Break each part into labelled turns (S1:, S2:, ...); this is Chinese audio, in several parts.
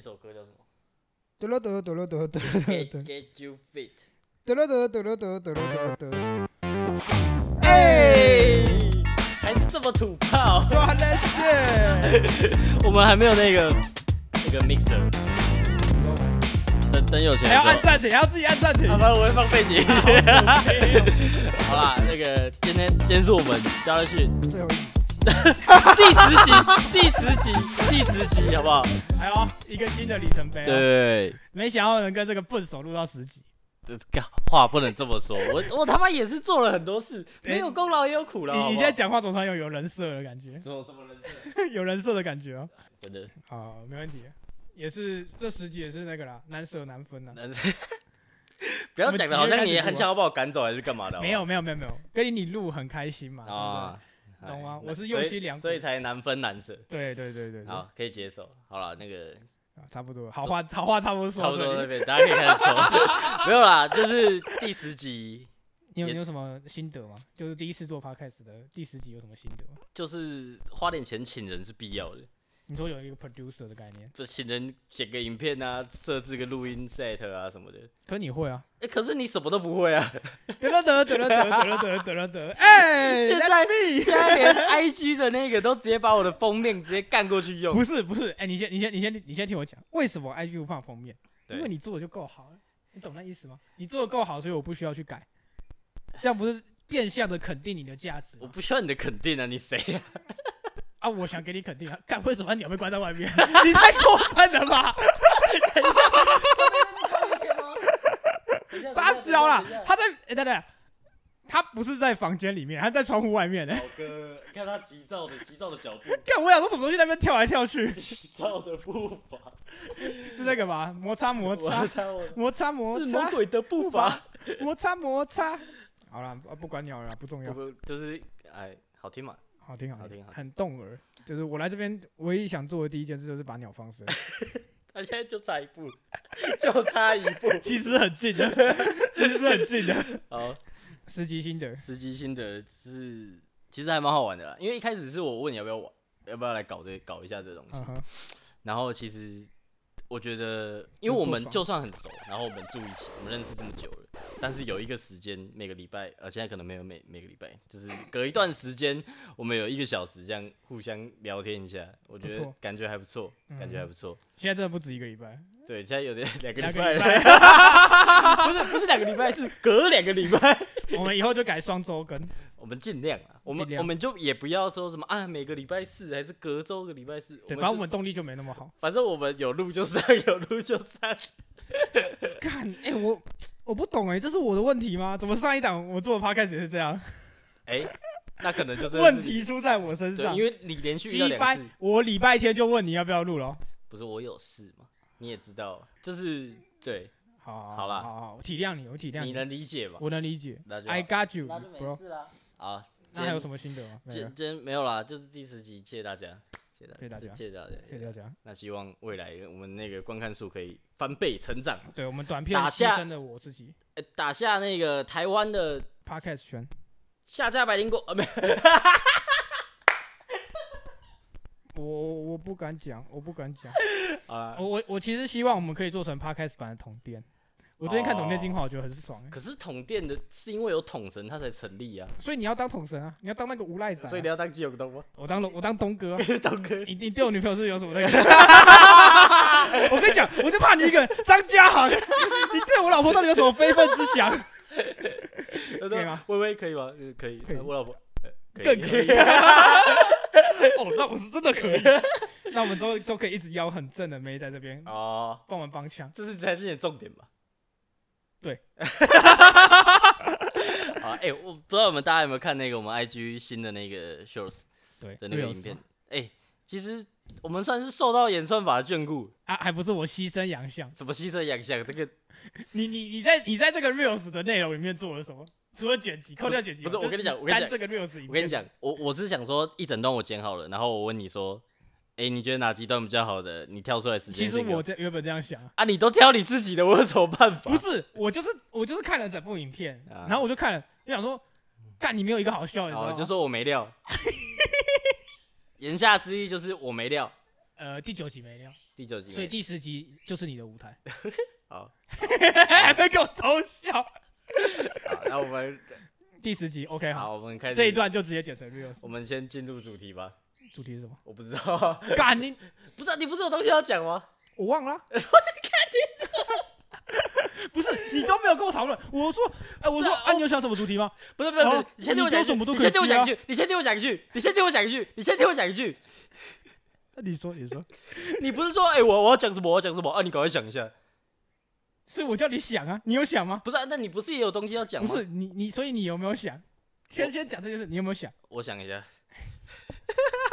S1: 首歌 叫什么？
S2: 得了得了得了得了 得了得
S1: Get
S2: 了
S1: Get You Fit。
S2: 得了得了得了得了得了得了。
S1: 哎，还是这么土炮。
S2: 抓那些，
S1: 我们还没有那个那个 mixer。等等有钱的时
S2: 还要
S1: 候。
S2: 按暂停，还要自己按暂停
S1: 好。吧，我会放背景。 好啦，那个今天今天是我们加了去
S2: 最后一，
S1: 第十 集，第十集，第十集，好不好？
S3: 哎呦，一个新的里程碑、，
S1: 对，啊
S3: 没想到能跟这个笨手录到十集。
S1: 这个话不能这么说，我我他妈也是做了很多事，没有功劳也有苦劳。
S3: 你
S1: 好不好
S3: 你现在讲话总算有有人设的感觉，
S1: 怎么这么认真？
S3: 有人设的感觉哦。
S1: 真的，
S3: 好，没问题。也是这十集也是那个啦，难舍难分呐、
S1: 男生 不要讲的好像你很想要把我赶走还是干嘛的？哦
S3: 没有没有没有没有，跟你你录很开心嘛。
S1: 啊，
S3: 对不对懂吗？
S1: 哎
S3: 我
S1: 所
S3: 是用
S1: 以
S3: 心良苦
S1: 所以。才难分难舍。
S3: 对对对对对，
S1: 好，可以接受。好了，那个
S3: 啊差不多，好话好话差不多说
S1: 差
S3: 到
S1: 不
S3: 这
S1: 多那
S3: 里。
S1: 边大家可以开始 抽，没有啦，就是第十集。
S3: 你有
S1: 也
S3: 你有什么心得吗？就是第一次做 podcast 的第十集有什么心得吗？
S1: 就是花点钱请人是必要的，
S3: 你说有一个 producer 的概念，
S1: 不请人剪个影片啊，设置个录音 set 啊什么的。
S3: 可你会啊？
S1: 哎、可是你什么都不会 啊！
S3: 得了得了得了得了得了得了得了，哎，
S1: 现在现在连 IG 的那个都直接把我的封面直接干过去用
S3: 不。是不是，哎、你先你先你先你先听我讲，为什么 IG 不放封面？因为
S1: 对
S3: 你做的就够好了，你懂那意思吗？你做的够好，所以我不需要去改，这样不是变相的肯定你的价值
S1: 我
S3: 吗
S1: 不需要你的肯定啊，你谁啊？
S3: 啊？我想给你肯定啊，干为什么鸟被关在外面？你太过分了吧！傻小啦，他在哎、等等，他不是在房间里面，他在窗户外面呢、
S1: 老哥，看他急躁的急躁的脚步，
S3: 看我想说什么东西在那边跳来跳去，
S1: 急躁的步伐，
S3: 是那个吧？摩擦摩擦
S1: 操，
S3: 摩擦摩
S1: 是魔
S3: 擦
S1: 鬼的步
S3: 伐
S1: 伐。
S3: 摩擦摩擦。好了，啊不管鸟了啦，不重要
S1: 不。过就是哎，好听嘛。
S3: 好听，
S1: 好
S3: 好
S1: 听好听
S3: 很动耳。就是我来这边唯一想做的第一件事就是把鸟放 生，
S1: 他现在就差一步， 就差一步。
S3: 其实很近的， 其实很近 的。
S1: 好，
S3: 实际心得，
S1: 实际心得是其实还蛮好玩的啦，因为一开始是我问你要不要玩，要不要来搞这搞一下这东西，
S3: 嗯哼，
S1: 然后其实我觉得，因为我们就算很熟，然后我们住一起，我们认识这么久了，但是有一个时间每个礼拜，呃，现在可能没有每每个礼拜，就是隔一段时间，我们有一个小时这样互相聊天一下，我觉
S3: 不
S1: 得
S3: 错嗯
S1: 感觉还不错，感觉还不错。
S3: 现在真的不止一个礼拜，
S1: 对，现在有 点两个
S3: 两
S1: 礼
S3: 个
S1: 拜
S3: 礼
S1: 了，
S3: 拜，
S1: 不是不是两个礼拜，是隔两个礼拜。
S3: 我们以后就改双周更。
S1: 我们尽量啊，我们
S3: 尽量
S1: 我们就也不要说什么啊，每个礼拜四还是隔周个礼拜四，
S3: 对，
S1: 就
S3: 反正我们动力就没那 么好。
S1: 反正我们有录就上，有录就上。
S3: 看，哎、我我不懂哎、这是我的问题吗？怎么上一档我做的 podcast 也是这样？
S1: 哎、那可能就是
S3: 问题出在我身
S1: 对，
S3: 上
S1: 因。为你连续遇到
S3: 鸡
S1: 两
S3: 掰
S1: 次，！
S3: 我礼拜天就问你要不要录了。
S1: 不是我有事嘛，你也知道，啊就是对，
S3: 好，
S1: 好啦
S3: 好好，我体谅你，我体谅
S1: 你啊
S3: 你，
S1: 能理解吧？
S3: 我能理解。
S1: 那就好
S3: I got you,
S1: 那就没
S3: bro。
S1: 事啦。啊，
S3: 那还有什
S1: 么？
S3: 么心得吗？没
S1: 今
S3: 了
S1: 天今天没有啦，就是第十集，谢谢大家，谢谢大家，
S3: 谢
S1: 谢谢大家，
S3: 谢谢大。家。
S1: 那希望未来我们那个观看数可以翻倍成长，
S3: 对我们短片
S1: 打
S3: 牺
S1: 架
S3: 牲了我自己
S1: 哎、打下那个台湾的
S3: podcast 圈。
S1: 下架百灵果啊，没有
S3: 我我不敢讲，我不敢 讲。
S1: 好啦
S3: 我我我其实希望我们可以做成 podcast 版的统电。我最近看
S1: 哦
S3: 统电精华，我觉得很爽、欸。
S1: 可是统电的是因为有统神它才成立啊，
S3: 所以你要当统神啊，你要当那个无赖仔啊、
S1: 所以你要当基友东吗？
S3: 我当龙我当 东哥、啊。
S1: 东哥，
S3: 你你对我女朋友是不是有什 么那个？我跟你讲，我就怕你一个张家航， 你对我老婆到底有什么非分之想？
S1: 他
S3: 可以
S1: 说
S3: 吗
S1: 微微可以吗？呃可以，
S3: 可以
S1: 呃我老婆呃
S3: 更可以。 哦，那我是真的可 以。那我们都都可以一直邀很正的妹在这边
S1: 哦，
S3: 帮我们帮腔。
S1: 这是才是你的重点吧？
S3: 对。
S1: 啊，哎，我不知道你们大家有没有看那个我们 IG 新的那个 Shorts
S3: 对，
S1: 的那个
S3: 有
S1: 影
S3: 什
S1: 片
S3: 么？
S1: 哎，其实我们算是受到演算法的眷顾，
S3: 啊，还不是我牺牲洋相。
S1: 怎么牺牲养象这个
S3: 你你你在你在这个 reels 的内容里面做了什么？除了剪辑，扣掉剪辑，
S1: 不是
S3: 就
S1: 我跟你讲我跟你
S3: 单
S1: 讲
S3: 这个 reels，影
S1: 我跟你
S3: 片，
S1: 讲，我我是想说一整段我剪好了，然后我问你说，哎、你觉得哪几段比较好的？你挑出来时间
S3: 其实
S1: 先给
S3: 我这原本这样想，
S1: 啊，你都挑你自己的，我有什么办法？
S3: 不是我就是我就是看了整部影片，
S1: 啊
S3: 然后我就看了，就想说，干你没有一个 好笑的，你知道
S1: 哦，
S3: 吗
S1: 就说我没料。言下之意就是我没料，
S3: 呃第九集没聊，
S1: 第九集没，
S3: 所以第十集就是你的舞台。
S1: 好，
S3: 还没给我偷笑。
S1: 好，那我 们
S3: 第十集 OK 好，
S1: 好，我们开始
S3: 哎这一，段就直接剪成 real。
S1: 我们先进入主题吧。
S3: 主题是什么？
S1: 我不知道，
S3: 干你！
S1: 不是啊、你不是有东西要讲吗？
S3: 我忘了啊、我是看你的， 不是你都没有跟我讨论。我说，哎、我说，
S1: 对啊
S3: 啊，你有想什么主题吗？
S1: 不是不是，不是
S3: 哦
S1: 你先听我讲一
S3: 你丢什么
S1: 句，
S3: 都
S1: 你
S3: 可以啊
S1: 先听我讲一
S3: 接
S1: 句，你先听我讲一句，你先听我讲一句，你先听我讲一句。
S3: 你说，你说，
S1: 你不是说哎、我我要讲什么我要讲什么啊？你赶快想一下。
S3: 是我叫你想 啊，你有想吗？
S1: 不是、啊，那你不是也有东西要讲
S3: 不
S1: 吗？
S3: 是你，你所以你有没有想？先
S1: 我
S3: 先讲这件事，你有没有想？
S1: 我想一下。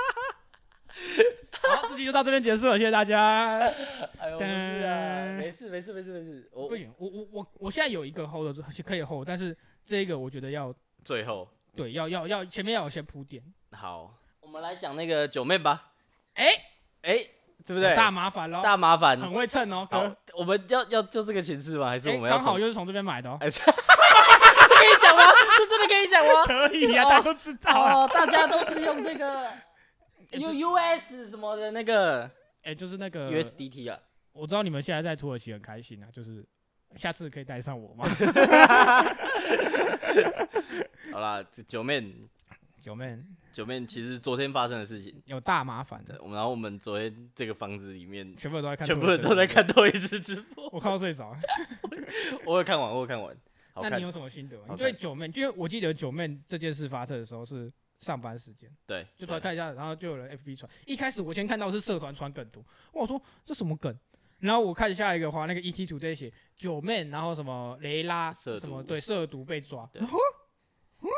S3: 好，这集就到这边结束了，谢谢大 家。
S1: 哎呦，
S3: 不是啊没
S1: 事没事没事没事。我
S3: 不行，我我我我现在有一个 hold 得住，可以 hold，但是这个我觉得要
S1: 最后
S3: 对，要要要前面要有些铺垫，
S1: 好，我们来讲那个九妹吧。
S3: 哎
S1: 哎、对不对？
S3: 大麻烦喽，
S1: 大麻烦。
S3: 很会蹭哦，
S1: 好
S3: 哥。，
S1: 我们要要就这个情势吗？还是
S3: 哎
S1: 我们要
S3: 刚好
S1: 从？
S3: 就是从这边买的哦，
S1: 哎，这这 可以讲吗？这真的可以讲吗？
S3: 可以啊，大家都知道啊。
S1: 哦，大家都是用这 个 U U S 什么的那个
S3: 哎、就是那个
S1: U S D T 啊。
S3: 我知道你们现在在土耳其很开心啊，就是下次可以带上我 吗？
S1: 好啦，这九妹
S3: 九妹
S1: 九妹，其实昨天发生的事情，
S3: 有大麻烦
S1: 对
S3: 的，
S1: 我们然后我们昨天这个房子里面，
S3: 全部人都在看，
S1: 全部人都在，看多一次直播，
S3: 我靠睡着。
S1: 我有看完，我有看完，好
S3: 那
S1: 看
S3: 你有。什么心得吗？
S1: 好
S3: 你
S1: 看
S3: 对九妹，因为我记得九妹这件事发生的时候是上班时间，
S1: 对，
S3: 就突然
S1: 对
S3: 看一下，然后就有人 FB 传，一开始我先看到是社团传梗图，我说这什么梗？然后我看下一个话，那个 ET Today 写九妹，然后什么雷拉
S1: 涉毒
S3: 什么对涉毒被抓，
S1: 对
S3: 然后嗯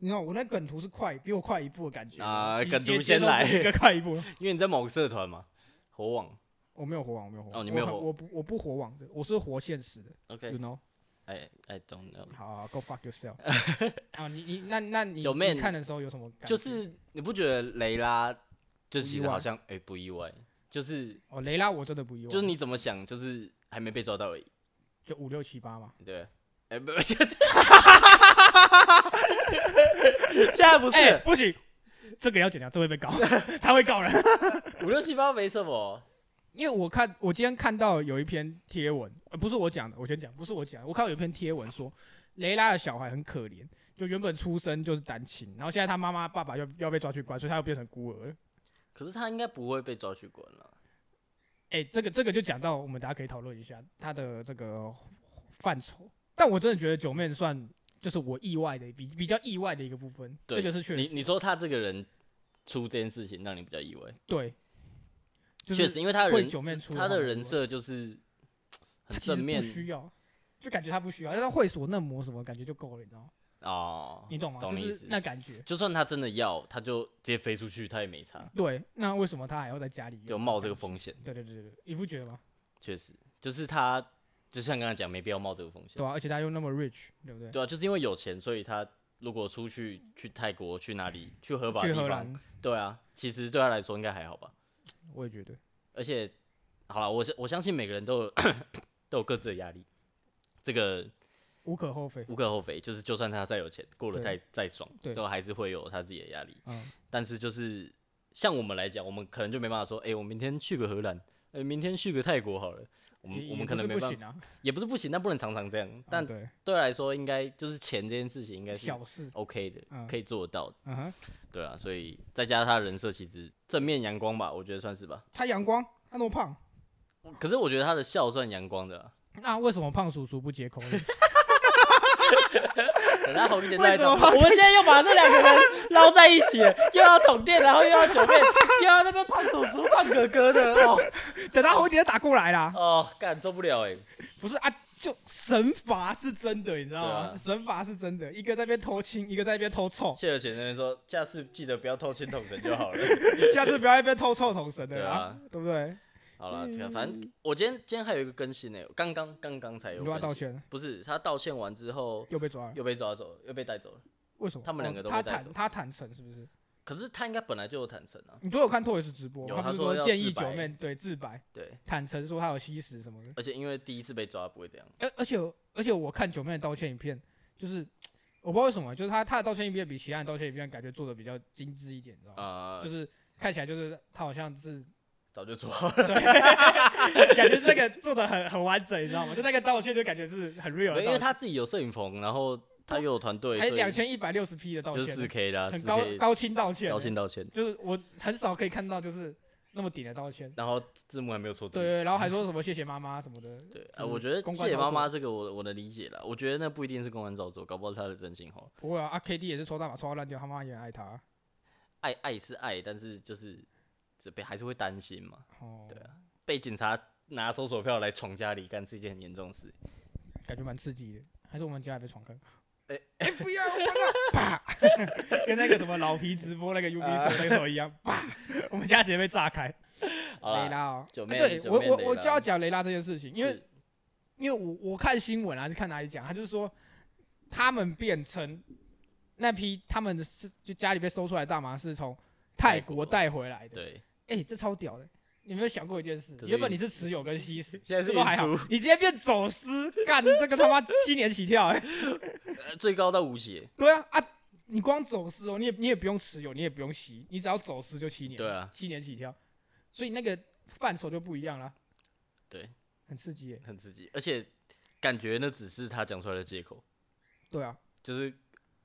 S3: 你看我那梗图是快比我快一步的感觉
S1: 啊
S3: 你
S1: 梗图
S3: 接接受
S1: 先来
S3: 是一 个快一步，
S1: 因为你在某个社团嘛，火网。
S3: 我没有火网，我没有火网。
S1: 哦你没有
S3: 我很
S1: 火
S3: 我不我不火网的，我是活现实的
S1: OK，
S3: ，you know。
S1: 哎，I don't know。
S3: 好好，go fuck yourself 。啊，你你那那你
S1: 九妹
S3: 你看的时候有什么感觉？
S1: 就是你不觉得雷拉就其
S3: 不意
S1: 实
S3: 外
S1: 好像哎、不意外，就是
S3: 哦，雷拉我真的不意外，
S1: 就是你怎么想，就是还没被抓到而已，
S3: 就五六七八嘛。
S1: 对。哎、 不，现在不
S3: 哎，
S1: 是
S3: 不行，这个要剪掉，这会被告， 他会告人。
S1: 五六七八没什么，
S3: 因为我看我今天看到有一篇贴文，呃不是我讲的，我先讲，不是我讲的，我看到有一篇贴文说雷拉的小孩很可怜，就原本出生就是单亲，然后现在他妈妈爸爸要要被抓去关，所以他又变成孤儿了。
S1: 可是他应该不会被抓去关了。
S3: 哎、这个这个就讲到我们大家可以讨论一下他的这个范畴。但我真的觉得九妹算就是我意外的比比较意外的一个部分，
S1: 对
S3: 这个是确
S1: 你
S3: 实
S1: 你说他这个人出这件事情让你比较意外，
S3: 对，就
S1: 确、
S3: 是
S1: 实，因为他的
S3: 为
S1: 人
S3: 九妹出
S1: 他的人
S3: 设
S1: 设就是
S3: 他
S1: 很
S3: 其
S1: 正
S3: 实
S1: 面
S3: 不需要，就感觉他不需要，但他会所嫩模什么感觉就够了，你知道吗？
S1: 哦，
S3: 你懂吗？
S1: 懂
S3: 就
S1: 你意
S3: 是
S1: 思
S3: 那感觉。
S1: 就算他真的要，他就直接飞出去，他也没差，
S3: 对，那为什么他还要在家里
S1: 就冒这个？风险。
S3: 对对对对，对你不觉得吗？
S1: 确实，就是他，就像刚刚讲，没必要冒这个风险
S3: 对。啊，而且他又那么 rich，对不对？
S1: 对啊，就是因为有钱，所以他如果出去去泰国、去哪里、去合法
S3: 去
S1: 的地
S3: 荷
S1: 方，
S3: 兰，
S1: 对啊，其实对他来说应该还好吧。
S3: 我也觉得。
S1: 而且，好了，我相我相信每个人都有都有各自的压力，这个
S3: 无可厚非，
S1: 无可厚非。就是就算他再有钱，过得再
S3: 对
S1: 再爽，
S3: 对
S1: 都还是会有他自己的压力。
S3: 嗯，
S1: 但是就是像我们来讲，我们可能就没办法说，哎、我明天去个荷兰，哎、明天去个泰国好了。我
S3: 也
S1: 们我
S3: 也
S1: 们
S3: 不
S1: 可能
S3: 是
S1: 没
S3: 不
S1: 办法，
S3: 行啊。
S1: 也不是不行，但不能常常这样。但
S3: 啊对，
S1: 对我来说，应该就是钱这件事情应该是
S3: 小事，
S1: OK 的，
S3: 嗯
S1: 可以做得到的，
S3: 嗯哼，
S1: 对啊。所以再加上他的人设，其实正面阳光吧，我觉得算是吧。
S3: 他阳光，他那么胖，
S1: 可是我觉得他的笑算阳光的啊、
S3: 那为什么胖叔叔不接口音？
S1: 等他红一点再来
S3: 为什
S1: 讲。
S3: 么
S1: 我们现在又把这两个人捞在一起了，又要捅电，然后又要酒店，又要那边胖叔叔、胖哥哥的哦
S3: 等他回点打过来啦。
S1: 哦，干受不了哎、
S3: 不是啊，就神罚是真的，你知道
S1: 对
S3: 吗？
S1: 啊
S3: 神罚是真的，一个在那边偷亲，一个在那边偷臭，
S1: 谢尔贤那边说，下次记得不要偷亲捅神就好了。
S3: 下次不要在那边偷臭捅神
S1: 对
S3: 的啦
S1: 啊，，
S3: 对不对？
S1: 好了，
S3: 嗯
S1: 这个反正我今天今天还有一个更新呢、刚刚刚刚才
S3: 你
S1: 有
S3: 又要道
S1: 更新，
S3: 歉了，
S1: 不是他道歉完之后
S3: 又被抓了，
S1: 又被抓走了，又被带走了。
S3: 为什么？
S1: 他们两个
S3: 哦
S1: 都被
S3: 他
S1: 带
S3: 坦
S1: 走
S3: 他坦诚是不是？
S1: 可是他应该本来就有坦诚啊，
S3: 你都有看 Toys 直播，
S1: 有
S3: 他不
S1: 他
S3: 是
S1: 说要
S3: 建
S1: 自
S3: 议
S1: 白
S3: 九妹对自白
S1: 对，
S3: 坦诚说他有吸食什么的，
S1: 而且因为第一次被抓不会这样，
S3: 而而且而且我看九妹的道歉影片，就是我不知道为什么，就是他他的道歉影片比其哦他人道歉影片感觉做的比较精致一点，你知道吗？
S1: 呃，
S3: 就是看起来就是他好像是
S1: 早就做好了。
S3: 感觉这个做的很很完整，你知道吗？就那个道歉就感觉是很 real 的
S1: 因为
S3: 道歉，
S1: 他自己有摄影棚，然后他又有团队，
S3: 还
S1: 所以
S3: 两千一百六十 P 的道
S1: 就
S3: 歉，
S1: 是四 K 啦，
S3: 很
S1: 四
S3: 高
S1: K
S3: 高清道歉，
S1: 高清道歉，
S3: 就是我很少可以看到就是那么顶的道 歉。
S1: 然后字幕还没有错字。
S3: 对对，然后还说什么谢谢妈妈什么的，
S1: 对啊，
S3: 是
S1: 我觉得
S3: 公
S1: 谢
S3: 关
S1: 谢
S3: 照
S1: 妈妈这个我我能理解了，我觉得那不一定是公关照做，搞不好是他的真心话。
S3: 不会啊，啊 KD 也是抽大麻抽到烂掉，他妈也很爱他。啊
S1: 爱爱是爱，但是就是这边还是会担心嘛，
S3: 哦，
S1: 对啊，被警察拿搜索票来闯家里干是一件很严重的事。
S3: 感觉蛮刺激的。还是我们家也被闯坑？哎、不要，我的啪！跟那个什么老皮直播那个 UB
S1: 啊
S3: 手那个时候一样，啪！我们家直接被炸开。
S1: 好啦，
S3: 雷拉哦，
S1: 九
S3: 哎
S1: 妹
S3: 对
S1: 九
S3: 我
S1: 妹
S3: 我
S1: 雷
S3: 我
S1: 拉
S3: 就要讲雷拉这件事情，因为
S1: 是
S3: 因为我我看新闻啊，是看哪里讲，他就是说他们辩称那批他们是就家里被搜出来的大麻是从
S1: 泰
S3: 泰国
S1: 国
S3: 带回来的。
S1: 对，
S3: 哎、这超屌的！你有没有想过一件事
S1: 这？是
S3: 原本
S1: 运
S3: 你是持有跟吸食，
S1: 现在是
S3: 这都还好
S1: 运，
S3: 你直接变走私，干这个他妈七年起跳、哎，
S1: 呃最高到无血，
S3: 对啊啊！你光走私哦，你也你也不用持有，你也不用吸，你只要走私就七年，
S1: 对啊
S3: 七年起跳，所以那个范畴就不一样了，
S1: 对，
S3: 很刺激、耶。
S1: 很刺激，而且感觉那只是他讲出来的借口，
S3: 对啊，
S1: 就是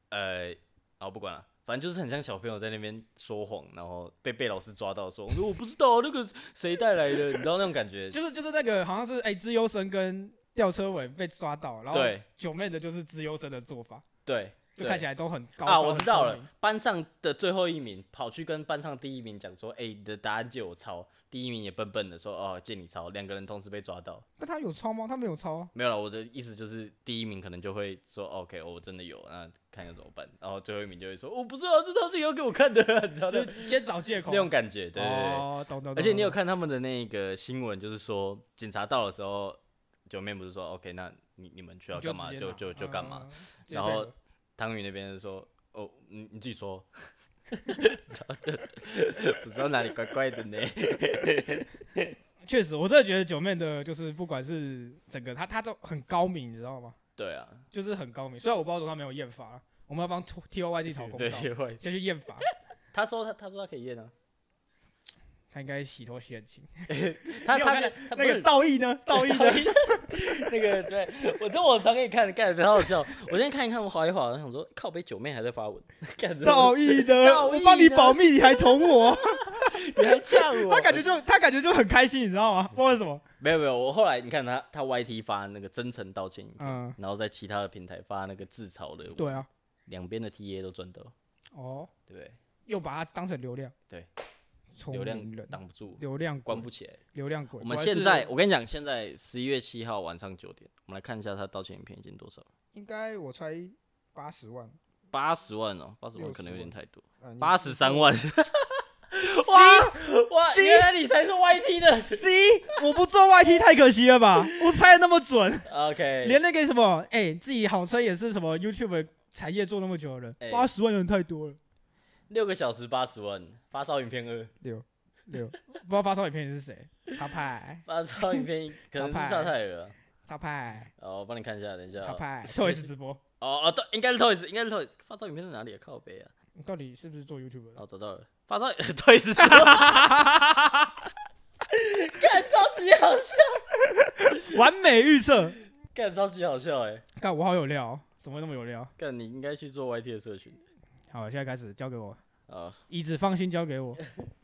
S1: 呃，好不管了。反正就是很像小朋友在那边说谎，然后被被老师抓到说，我不知道那个谁带来的，你知道那种感觉？
S3: 就是就是那个好像是哎、资优生跟吊车尾被抓到，然后
S1: 对
S3: 九妹的就是资优生的做法，
S1: 对，
S3: 就看
S1: 对
S3: 起来都很高
S1: 啊，
S3: 招
S1: 我
S3: 很
S1: 知道
S3: 聪
S1: 了
S3: 明。
S1: 班上的最后一名跑去跟班上第一名讲说：“哎、你的答案借我抄。”第一名也笨笨的说：“哦，借你抄。”两个人同时被抓到，
S3: 那他有抄吗？他没有抄啊。
S1: 没有了。我的意思就是，第一名可能就会说哦：“OK，、哦、我真的有，那看要怎么办。”然后最后一名就会说：“我、不是啊，这都是有给我看的、啊，你知道
S3: 就
S1: 的。
S3: 是先找借”口啊
S1: 那种感觉，对对对。
S3: 哦，懂懂。
S1: 而且你有
S3: 懂
S1: 看他们的那个新闻，就是说警察到的时候，九妹不是说 OK，那你你们需要
S3: 你就
S1: 干嘛
S3: 直接
S1: 就
S3: 拿
S1: 就就干嘛。
S3: 嗯这
S1: 然后
S3: 辈子
S1: 汤圆那边就说：“哦，你你自己说。” 然后就不知道哪里怪怪的呢。
S3: 确实，我真的觉得九妹的，就是不管是整个她，她都很高明，你知道吗？
S1: 对啊，
S3: 就是很高明。虽然我不知道怎么她没有验法，啊我们要帮 T O Y G 讨公道，
S1: 对，也会。
S3: 先去验法。
S1: 他说他他说他可以验啊，
S3: 她应该洗头洗很勤。
S1: 他
S3: 你有
S1: 他
S3: 看
S1: 他
S3: 那个道义呢？道义呢？
S1: 那个对，我等我传给你看，干很好笑。我今天看一看，我划一划，我想说靠北九妹还在发文， 干
S3: 道义呢？
S1: 道义
S3: 我
S1: 呢
S3: 帮你保密，你还捅 我？
S1: 你还呛我？
S3: 他感觉就他感觉就很开心，你知道吗？ 不知道为什么？
S1: 没有没有，我后来你看他他 YT 发那个真诚道歉影片，
S3: 嗯，
S1: 然后在其他的平台发那个自嘲的文，
S3: 对啊，
S1: 两边的 TA 都赚到，
S3: 哦，
S1: 对不对？
S3: 又把它当成流量，
S1: 对，
S3: 聪
S1: 流
S3: 明
S1: 量
S3: 人，
S1: 挡不住，
S3: 流量
S1: 关
S3: 滚
S1: 不，起来。
S3: 流量滚。
S1: 我们
S3: 果然
S1: 现
S3: 是
S1: 在，我跟你讲，现在十一月七号晚上九点，我们来看一下他道歉影片已经多少，
S2: 应该我猜八十万，
S1: 八十万哦，八十万
S2: 60
S1: 可能有点太多，
S2: 呃，你
S1: 八十三万。哇 哇！
S3: C
S1: 原来你才是 YT 的
S3: C，我不做 YT 太可惜 了吧？我猜的那么准，
S1: ，OK，
S3: 连那个什么，哎、自己好车也是什么 YouTube 产业做那么久的人，
S1: 哎
S3: 八十、万人太多了。
S1: 六个小时八十万，发烧影片二，
S3: 六，不知道发烧影片是谁？超派，
S1: 发烧影 片一可能是
S3: 派
S1: 萨泰尔啊。
S3: 超派，
S1: 哦，我帮你看一下，等一下
S3: 超
S1: 哦。
S3: 派 t o y 直播，
S1: 哦哦，对，应该是 Toys，应该是 Toys。发烧影片在哪里啊？靠北啊！
S3: 你到底是不是做 YouTube 的？
S1: 哦，找到了，发烧 Toys 是 吗？干超级好笑，
S3: 完美预测，
S1: 干超级好笑哎！
S3: 看我好有料、哦，怎么会那么有料？
S1: 干，你应该去做 YT 的社群
S3: 好，现在开始交给我，
S1: 啊。
S3: 椅子放心交给 我，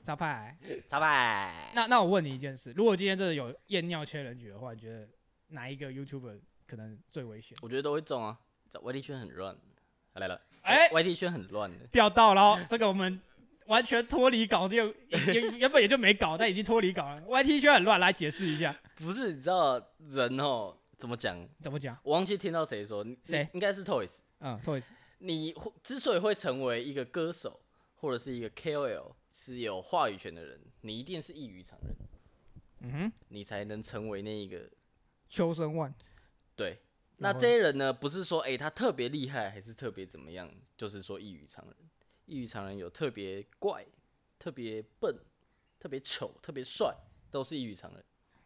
S3: 超派。
S1: 插牌，
S3: 那那我问你一件事，如果今天真的有验尿千人局的话，你觉得哪一个 YouTuber 可能最危险？
S1: 我觉得都会中啊。这 YT 圈很乱，啊来了，
S3: 哎、
S1: ，YT 圈很乱的。
S3: 钓到了哦，这个我们完全脱离搞定，原原本也就没搞，但已经脱离搞了。YT 圈很乱，来解释一下
S1: 不是，你知道人哦怎么讲？
S3: 怎么讲？
S1: 我忘记听到谁说，你
S3: 谁
S1: 应该是 Toys。
S3: 嗯，Toys，
S1: 你会之所以会成为一个歌手或者是一个 KOL，是有话语权的人，你一定是异于常人，
S3: 嗯哼，
S1: 你才能成为那一个
S3: 秋生万，
S1: 对。那这些人呢，不是说诶他特别厉害，还是特别怎么样，就是说异于常人。异于常人有特别怪、特别笨、特别丑、特别帅，都是异于常人。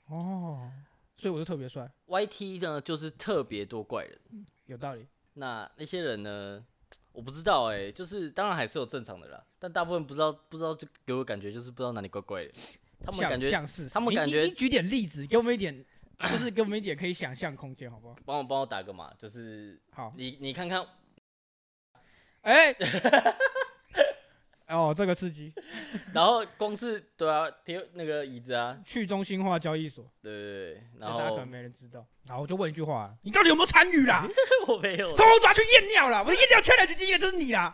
S3: 哦，所以我就特别帅，
S1: YT 呢，就是特别多怪人。
S3: 有道理。
S1: 那那些人呢？我不知道哎、就是当然还是有正常的啦，但大部分不知道不知道就给我感觉就是不知道哪里怪怪的，他们感
S2: 想
S1: 觉
S2: 象是
S1: 他们感觉
S2: 你你举点例子，给我们一点，就是给我们一点可以想象空间，好不好？
S1: 帮我帮我打个码，就是
S2: 好，
S1: 你你看看，
S2: 哎、 哦，这个刺激，
S1: 然后光是对啊，贴那个椅子啊，
S2: 去中心化交易所，
S1: 对对对，
S2: 这
S1: 然
S2: 大家可
S1: 后
S2: 能没人知道。好，我就问一句话啊，你到底有没有参与啦？
S1: 我没有，
S2: 通通抓去验尿啦！我的验尿前两集经验就是你啦，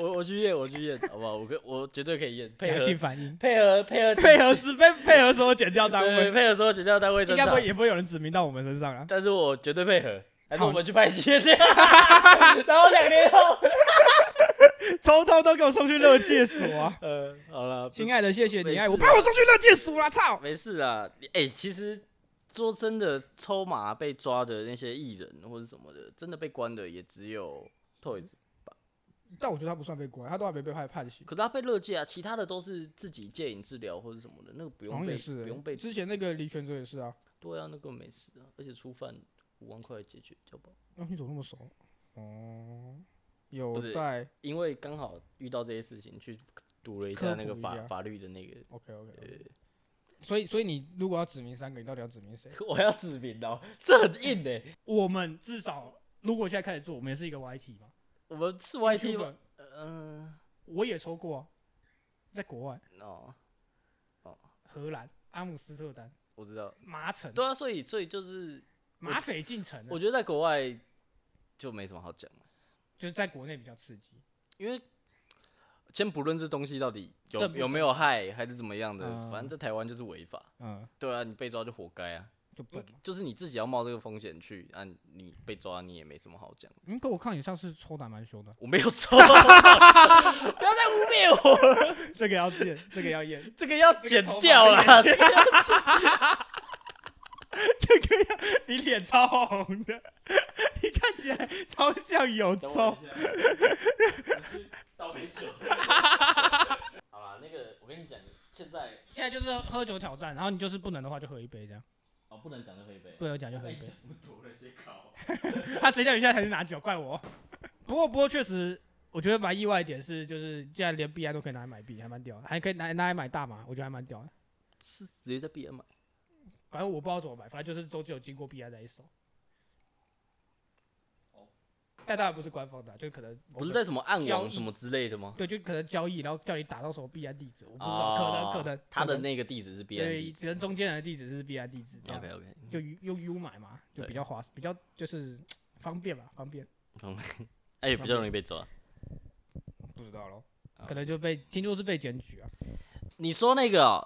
S1: 我我去验，我去验，好不好？我跟我绝对可以验， 配
S2: 良性
S1: 合
S2: 反应，
S1: 配合 配合
S2: 配合是配配合说减掉单
S1: 对
S2: 位，
S1: 配合说减掉单位
S2: 应
S1: 增
S2: 该不
S1: 长
S2: 会，也不会有人指名到我们身上啦。啊
S1: 但是我绝对配合。还是
S2: 好
S1: 我们去拍戏， 然后两年后，
S2: 通通都给我送去乐界所啊！
S1: 呃，好了，不
S2: 亲爱的，谢谢
S1: 没
S2: 你
S1: 事
S2: 爱我，
S1: 啊
S2: 把我送去乐界所啦！操！
S1: 没事啦，哎、其实说真的，抽马被抓的那些艺人或者什么的，真的被关的也只有 Toys，
S3: 但我觉得他不算被关，他都还没被判判刑。
S1: 可是他被乐戒啊，其他的都是自己戒瘾治疗或者什么的，那个不用
S3: 好像
S1: 被
S3: 也是欸，
S1: 不用被，
S3: 之前那个李全哲也是啊。
S1: 对啊，那个没事啊，而且初犯五万块解决掉吧，
S3: 哦，你怎么那么熟？哦，有
S1: 不是
S3: 在
S1: 因为刚好遇到这些事情，去读了一下
S3: 科
S1: 那个
S3: 普一
S1: 法
S3: 下
S1: 法律的那个，
S3: OK OK。
S1: 呃，
S3: 所以所以你如果要指明三个，你到底要指明谁？
S1: 我要指名哦，这很硬哎、
S2: 我们至少如果现在开始做，我们也是一个 YT 嘛
S1: 我们是 YT 吗？
S2: ，YouTube
S1: 嗯、
S2: 我也抽过啊，在国外，
S1: 哦，
S2: 荷兰、阿姆斯特丹、
S1: 我知道，
S2: 麻城、
S1: 对啊，所以所以就是。
S2: 马匪进城啊，
S1: 我觉得在国外就没什么好讲了，
S2: 就是在国内比较刺激。
S1: 因为先不论这东西到底有
S2: 正不
S1: 有没有害还是怎么样的，
S2: 嗯
S1: 反正在台湾就是违法。
S2: 嗯，
S1: 对啊，你被抓就活该啊，
S2: 就笨嘛。
S1: 就是你自己要冒这个风险去啊，你被抓你也没什么好讲。
S2: 嗯，可我看你上次抽打蛮凶的，
S1: 我没有抽， 不要再污蔑我了，
S2: 这个要验，这个要验，
S1: 这个要剪掉啦。这个要剪
S2: 这个要你脸超红的， 你看起来超像有抽。
S1: 倒杯酒。好啦，那个我跟你讲，现在
S2: 现在就是喝酒挑战，然后你就是不能的话就喝一杯这样，
S1: 哦不能讲就喝一杯，
S2: 不能讲就喝一杯。
S1: 我躲了些考。
S2: 他谁叫你现在才是拿酒，怪我。 不过不过确实，我觉得蛮意外一点是，就是现在连币安都可以拿来买币，还蛮屌的，还可以拿拿来买大麻，我觉得还蛮屌的。
S1: 是直接在 B M 买。
S2: 反正我不知道怎么买，反正就是周记有经过币安那一手。但当然不是官方的啊，就可能某
S1: 不是
S2: 个
S1: 在什么暗
S2: 交
S1: 网
S2: 易
S1: 什么之类的吗？
S2: 对，就可能交易，然后叫你打到什么币安地址，我
S1: 我
S2: 不知道，可能可能
S1: 哦他
S2: 可
S1: 的
S2: 能
S1: 那个地址是 B
S2: 对，
S1: N
S2: 只能中间人的地址是币安地址，这样
S1: OK OK，
S2: 就 U- 用 U 买嘛，就
S1: 对
S2: 比较划，比较就是方便吧，方便。
S1: 哎，也比较容易被抓。
S3: 不知道喽。
S2: 可能就被听说是被检举啊，
S1: 你说那个哦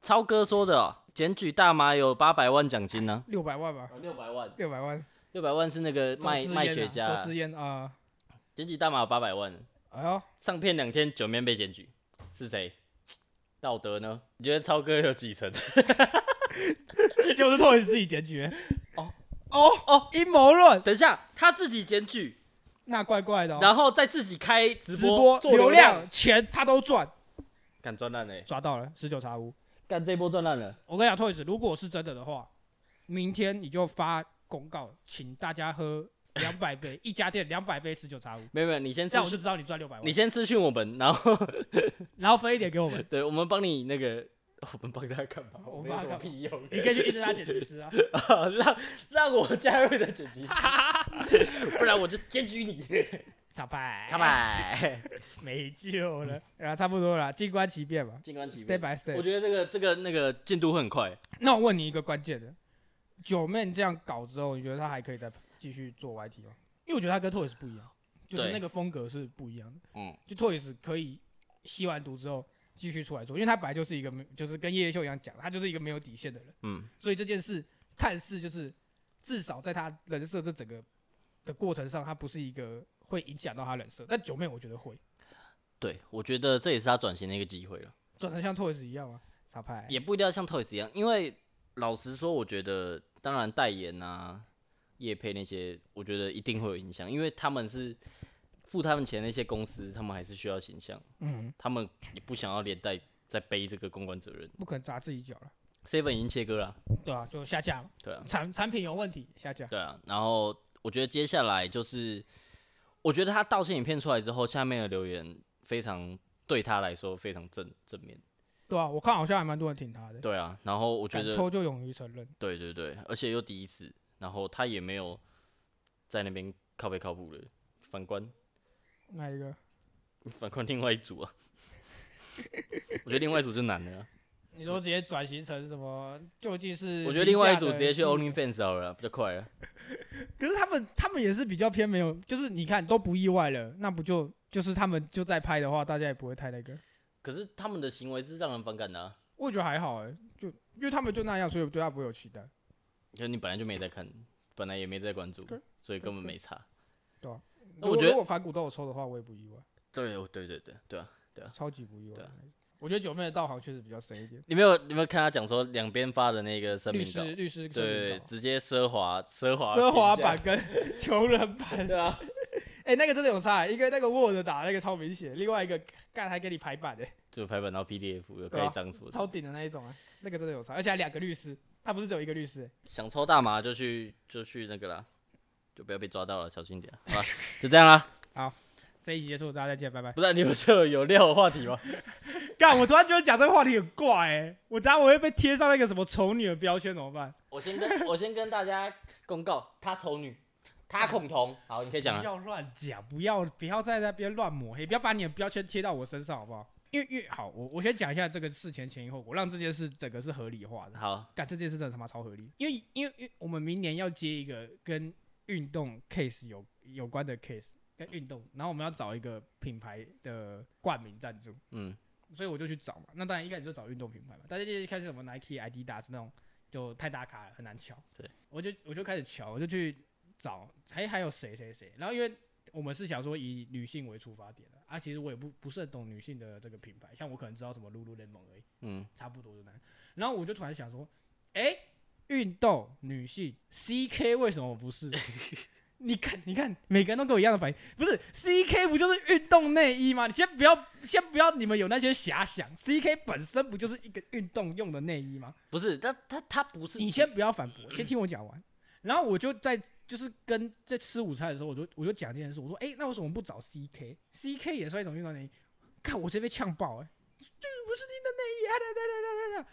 S1: 超哥说的哦，检举大麻有八百万奖金呢？
S3: 六百万吧，
S2: 呃
S1: 六百万，
S3: 六百万。
S1: 六百万是那个卖
S2: 周思
S1: 卖
S2: 燕
S1: 雪
S2: 啊
S1: 茄
S2: 周
S1: 啊，
S2: 思燕啊，
S1: 检举大麻有八百万，
S3: 哎呦，
S1: 上片两天九面被检举，是谁？道德呢？你觉得超哥有几 成？
S2: 就是托你自己检举。
S1: 哦
S2: 哦哦，阴谋论，
S1: 等一下，他自己检举，
S2: 那怪怪的哦。
S1: 然后再自己开直
S2: 直
S1: 播做
S2: 流
S1: 量，
S2: 量、钱他都赚，
S1: 敢赚烂嘞！
S2: 抓到了十九查无。
S1: 干这波赚烂了，
S2: 我跟你讲，托 s 如果是真的的话，明天你就发公告，请大家喝两百杯，一家店两百杯十 九查无，
S1: 没有没有，你先
S2: 这样
S1: 私
S2: 我就
S1: 讯，
S2: 知道你赚六百
S1: 你
S2: 万，
S1: 先私讯我们，然后。
S2: 然后分一点给我们，
S1: 对，我们帮你那个， 我们帮他干 嘛？
S2: 我
S1: 没
S2: 帮
S1: 有什么
S2: 他干嘛
S1: 屁用。
S2: 你可以去一直他剪 辑师啊。
S1: 让让我加入你的剪辑 师，不然我就检举 你。
S2: 插拜，
S1: 拜，拜，
S2: 没救了，然后差不多了啦，静观其变吧
S1: 静观其
S2: ，step
S1: 变。
S2: by step。
S1: 我觉得这个这个那个进度会很快，
S2: 那我问你一个关键的，九妹这样搞之后，你觉得她还可以再继续做 YT 吗？因为我觉得她跟 Toys 不一样，就是
S1: 对
S2: 那个风格是不一样的。
S1: 嗯，
S2: 就 Toys 可以吸完毒之后继续出来做，因为他本来就是一个没，就是跟叶叶秀一样讲，他就是一个没有底线的人，
S1: 嗯，
S2: 所以这件事看似就是至少在他人设这整个的过程上，他不是一个会影响到他人设。但九妹我觉得会
S1: 对，我觉得这也是他转型的一个机会了，
S2: 转成像 Toys 一样吗？啊傻派，
S1: 也不一定要像 Toys 一样，因为老实说，我觉得当然代言啊、业配那些，我觉得一定会有影响，因为他们是付他们钱那些公司，他们还是需要形象。
S2: 嗯，
S1: 他们也不想要连带再背这个公关责任。
S2: 不可能砸自己脚了，
S1: Seven 已经切割了，
S2: 对啊，就下架了，
S1: 对啊，
S2: 产产品有问题下架。
S1: 对啊。然后我觉得接下来就是，我觉得他道歉影片出来之后，下面的留言非常对他来说非常正正面，
S2: 对啊，我看好像还蛮多人挺他的，
S1: 对啊，然后我觉
S2: 敢
S1: 得
S2: 抽就勇于承认。
S1: 对对对，而且又第一次，然后他也没有在那边靠背靠步了。反观
S2: 那一个？
S1: 反观另外一组啊，我觉得另外一组就难了啊、
S2: 你说直接转型成什么究竟是？
S1: 我觉得另外一组直接去 OnlyFans 好了啊，比较快了。
S2: 可是他们他们也是比较偏没有，就是你看都不意外了，那不就就是他们就在拍的话，大家也不会太那个。
S1: 可是他们的行为是让人反感的、啊，
S2: 我也觉得还好哎、就因为他们就那样，所以我对他不会有期待。
S1: 就是你本来就没在看，本来也没在关注，所以根本没差。那
S2: 如
S1: 我
S2: 果
S1: 觉得
S2: 如果反骨都有抽的话，我也不意外，
S1: 对，我对对对对啊！
S2: 超级不意外
S1: 对啊。
S2: 我觉得九妹的道行确实比较深一点。
S1: 你没有你没有看他讲说两边发的那个声
S2: 律
S1: 明稿
S2: 师，律师声
S1: 对
S2: 明，稿
S1: 直接奢华奢华
S2: 奢华
S1: 评价
S2: 版，跟穷人版，
S1: 对啊，
S2: 哎、那个真的有差、欸，一个那个 Word 打那个超明显，另外一个干还给你排版的、
S1: 就排版到 PDF 有
S2: 对啊
S1: 盖章什么
S2: 超
S1: 的。
S2: 顶的那一种啊，那个真的有差，而且还两个律师，他不是只有一个律师、欸
S1: 想抽大麻就去就去那个啦，就不要被抓到了，小心点啊，好吧？就这样啦。
S2: 这一集结束，大家再见，拜拜。
S1: 不是啊你们这有料的话题吗？
S2: 干，我突然觉得讲这个话题很怪哎、我等下我会被贴上那个什么丑女的标签怎么办？
S1: 我先跟我先跟大家公告，她丑女，她恐同。好，你可以讲啊
S2: 不
S1: 了。
S2: 要乱讲，不要不要在那边乱抹黑，不要把你的标签贴到我身上好不好？因为因为好，我我先讲一下这个事前前因后果，让这件事整个是合理化的。
S1: 好，
S2: 干，这件事真的他妈超合理，因为因为因为我们明年要接一个跟运动 case 有有关的 case，跟运动，然后我们要找一个品牌的冠名赞助。
S1: 嗯，
S2: 所以我就去找嘛。那当然一开始就找运动品牌嘛，大家就一开始什么 Nike、Adidas 那种就太大咖了，很难瞧。
S1: 对，
S2: 我就我就开始瞧，我就去找，还还有谁谁谁。然后因为我们是想说以女性为出发点的啊，其实我也不不是很懂女性的这个品牌，像我可能知道什么 Lululemon 而已，
S1: 嗯，
S2: 差不多就那样。然后我就突然想说，诶，运动女性 CK 为什么不是？你看，你看，每个人都跟我一样的反应，不是 CK 不就是运动内衣吗？你先不要，先不要，你们有那些遐想，CK 本身不就是一个运动用的内衣吗？
S1: 不是，她她她不是
S2: 你先不要反驳，先听我讲完。然后我就在就是跟在吃午餐的时候，我就我就讲这件事，我说，诶，那为什么不找 CK？CK 也算一种运动内衣，看我直接被呛爆、诶，就是不是你的内衣啊啦啦啦啦啦啦。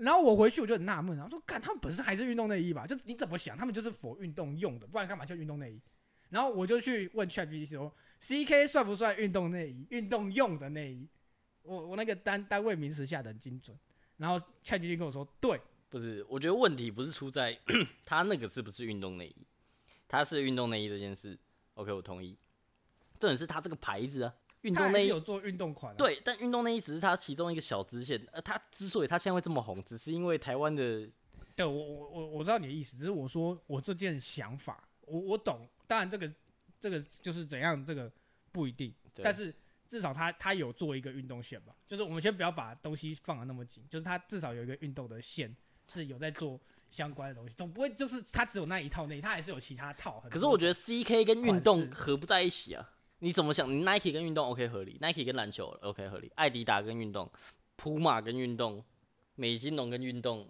S2: 然后我回去我就很纳闷，然后说，干，他们本身还是运动内衣吧？就是你怎么想，他们就是否运动用的，不然干嘛叫运动内衣？然后我就去问 ChatGPT 说，CK 算不算运动内衣？运动用的内衣？我我那个单单位名词下的很精准。然后 ChatGPT 跟我说，对。
S1: 不是，我觉得问题不是出在 她那个是不是运动内衣，她是运动内衣这件事。OK，我同意。重点是她这个牌子啊，运
S2: 他
S1: 动
S2: 还
S1: 内
S2: 是
S1: 衣
S2: 有做运动款、啊，，
S1: 对，但运动内衣只是它其中一个小支线。呃，它之所以它现在会这么红，只是因为台湾的
S2: 对我我我我知道你的意思，只是我说我这件想法，我我懂，当然这个这个就是怎样，这个不一定，
S1: 对
S2: 但是至少他他有做一个运动线吧，就是我们先不要把东西放的那么紧，就是他至少有一个运动的线是有在做相关的东西，总不会就是他只有那一套内，他还是有其他套。
S1: 可是我觉
S2: 得
S1: 得 CK 跟运动
S2: 款式
S1: 合不在一起啊。你怎么想你？Nike 跟运动 OK 合理，Nike 跟篮球 OK 合理，艾迪达跟运动，普马跟运动，美津浓跟运动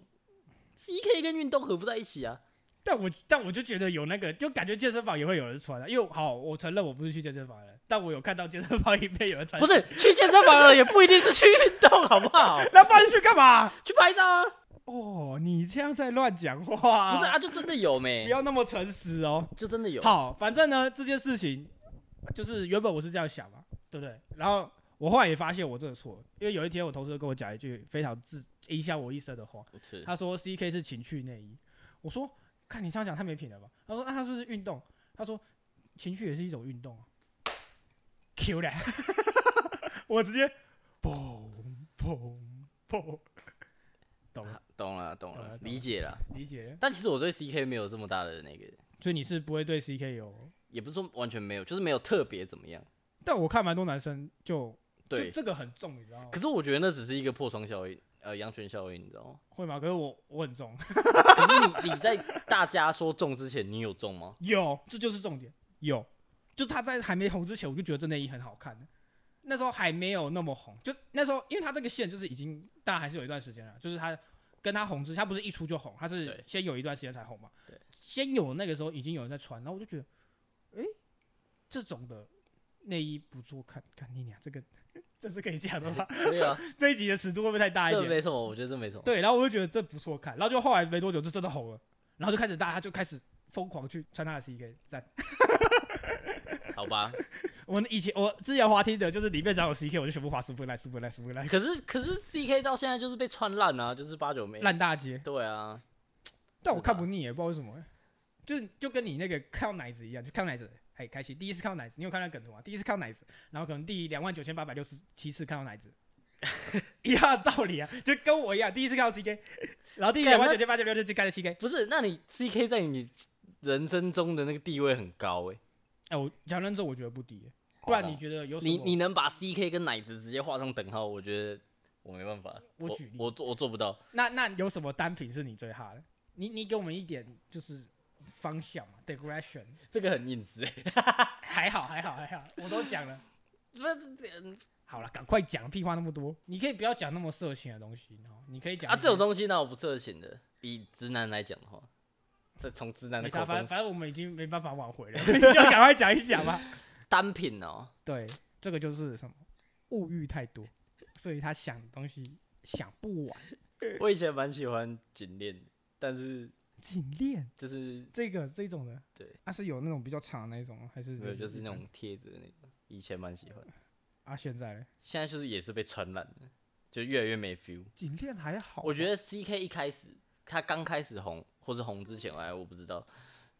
S1: ，CK 跟运动合不在一起啊。
S2: 但我但我就觉得有那个，就感觉健身房也会有人穿、啊，因为我好，我承认我不是去健身房的人，但我有看到健身房里面有人 穿，
S1: 不是去健身房了也不一定是去运动，好不好？
S2: 那不然去干嘛？
S1: 去拍照啊，
S2: 哦，你这样在乱讲话，
S1: 不是啊，就真的有
S2: 不
S1: 没，
S2: 要那么诚实哦。
S1: 就真的有。
S2: 好，反正呢，这件事情就是原本我是这样想嘛，对不对？然后我后来也发现我这个错了，因为有一天我同事就跟我讲一句非常自影响我一生的话，
S1: 是
S2: 他说 CK 是情趣内衣，我说看你这样讲太没品了吧？他说那、啊、他是不是运动？他说情趣也是一种运动啊。Q 嘞， 我直接砰砰砰，懂了
S1: 啊 懂了懂
S2: 懂
S1: 了
S2: 了，懂
S1: 理解了。
S2: 理解了。
S1: 但其实我对 CK 没有这么大的那个，
S2: 所以你是不会对 CK 有？
S1: 也不是说完全没有，就是没有特别怎么样。
S2: 但我看蛮多男生就
S1: 对
S2: 就，这个很重，你知道吗
S1: 可？是我觉得那只是一个破窗效应，呃，羊群效应，你知道吗？
S2: 会吗？可是我我很重，
S1: 可是你你在大家说中之前，你有中吗？
S2: 有，这就是重点，有。就他在还没红之前，我就觉得这内衣很好看的。那时候还没有那么红，就那时候，因为他这个线就是已经，当然还是有一段时间了，就是他跟他红之，他不是一出就红，他是
S1: 对
S2: 先有一段时间才红嘛。
S1: 对，
S2: 先有那个时候已经有人在穿，然后我就觉得，诶，这种的内衣不做看，看你俩这个 这是可以讲的吧？
S1: 可以啊，
S2: 这一集的尺度会不会太大一
S1: 这
S2: 点？
S1: 没什么，我觉得这没什么。
S2: 对，然后我就觉得这不错看，然后就后来没多久，这真的红了，然后就开始大家就开始疯狂去穿他的 CK 赞。
S1: 好吧，
S2: 我以前我之前滑听的，就是里面只要有 CK，我就全部滑 Super Line Super Line Super Line
S1: 可是可是 C K 到现在就是被穿烂啊，就是八九妹。
S2: 烂大街，
S1: 对啊，
S2: 但我看不腻耶，不知道为什么耶，就是就跟你那个看到奶子一样，就看到奶子很开心。第一次看到奶子，你有看到梗图吗？第一次看到奶子，然后可能第两万九千八百六十七次看到奶子。 一样的道理啊，就跟我一样，第一次看到 CK，然后 第两
S1: 干
S2: 万
S1: 那
S2: 九千八百六十七看到 CK，
S1: 不是，那你 C K 在你人生中的那个地位很高哎、
S2: 哎、我讲认真，我觉得不低耶。不然你觉得有什么？
S1: 你你能把 C K 跟奶子直接画上等号，我觉得我没办法，
S2: 我
S1: 我
S2: 举例
S1: 我做我做不到。
S2: 那那有什么单品是你最哈的？你你给我们一点就是方向嘛，decoration
S1: 这个很硬实、欸，
S2: 还好还好还好，我都讲了。
S1: 不是
S2: 好了，赶快讲，屁话那么多，你可以不要讲那么色情的东西哦，你可以讲
S1: 啊，
S2: 一
S1: 这种
S2: 些
S1: 东西呢，我不色情的。以直男来讲的话，这从直男的
S2: 没
S1: 口
S2: 啥，反
S1: 中
S2: 正，反正我们已经没办法挽 回了，你就赶快讲一讲吧。
S1: 单品哦、
S2: 对，这个就是什么物欲太多，所以他想的东西想不完。
S1: 我以前蛮喜欢颈链的，但是
S2: 颈链
S1: 就是
S2: 这个这种的，
S1: 对，
S2: 它、是有那种比较长的那种，还是
S1: 没有，就是
S2: 一
S1: 那
S2: 般
S1: 种贴着的那种，以前蛮喜欢，
S2: 啊？现在嘞
S1: 现在就是也是被传染的，就越来越没 feel。
S2: 颈链还好吧，
S1: 我觉得 C K 一开始他刚开始红，或是红之前，哎，我不知道，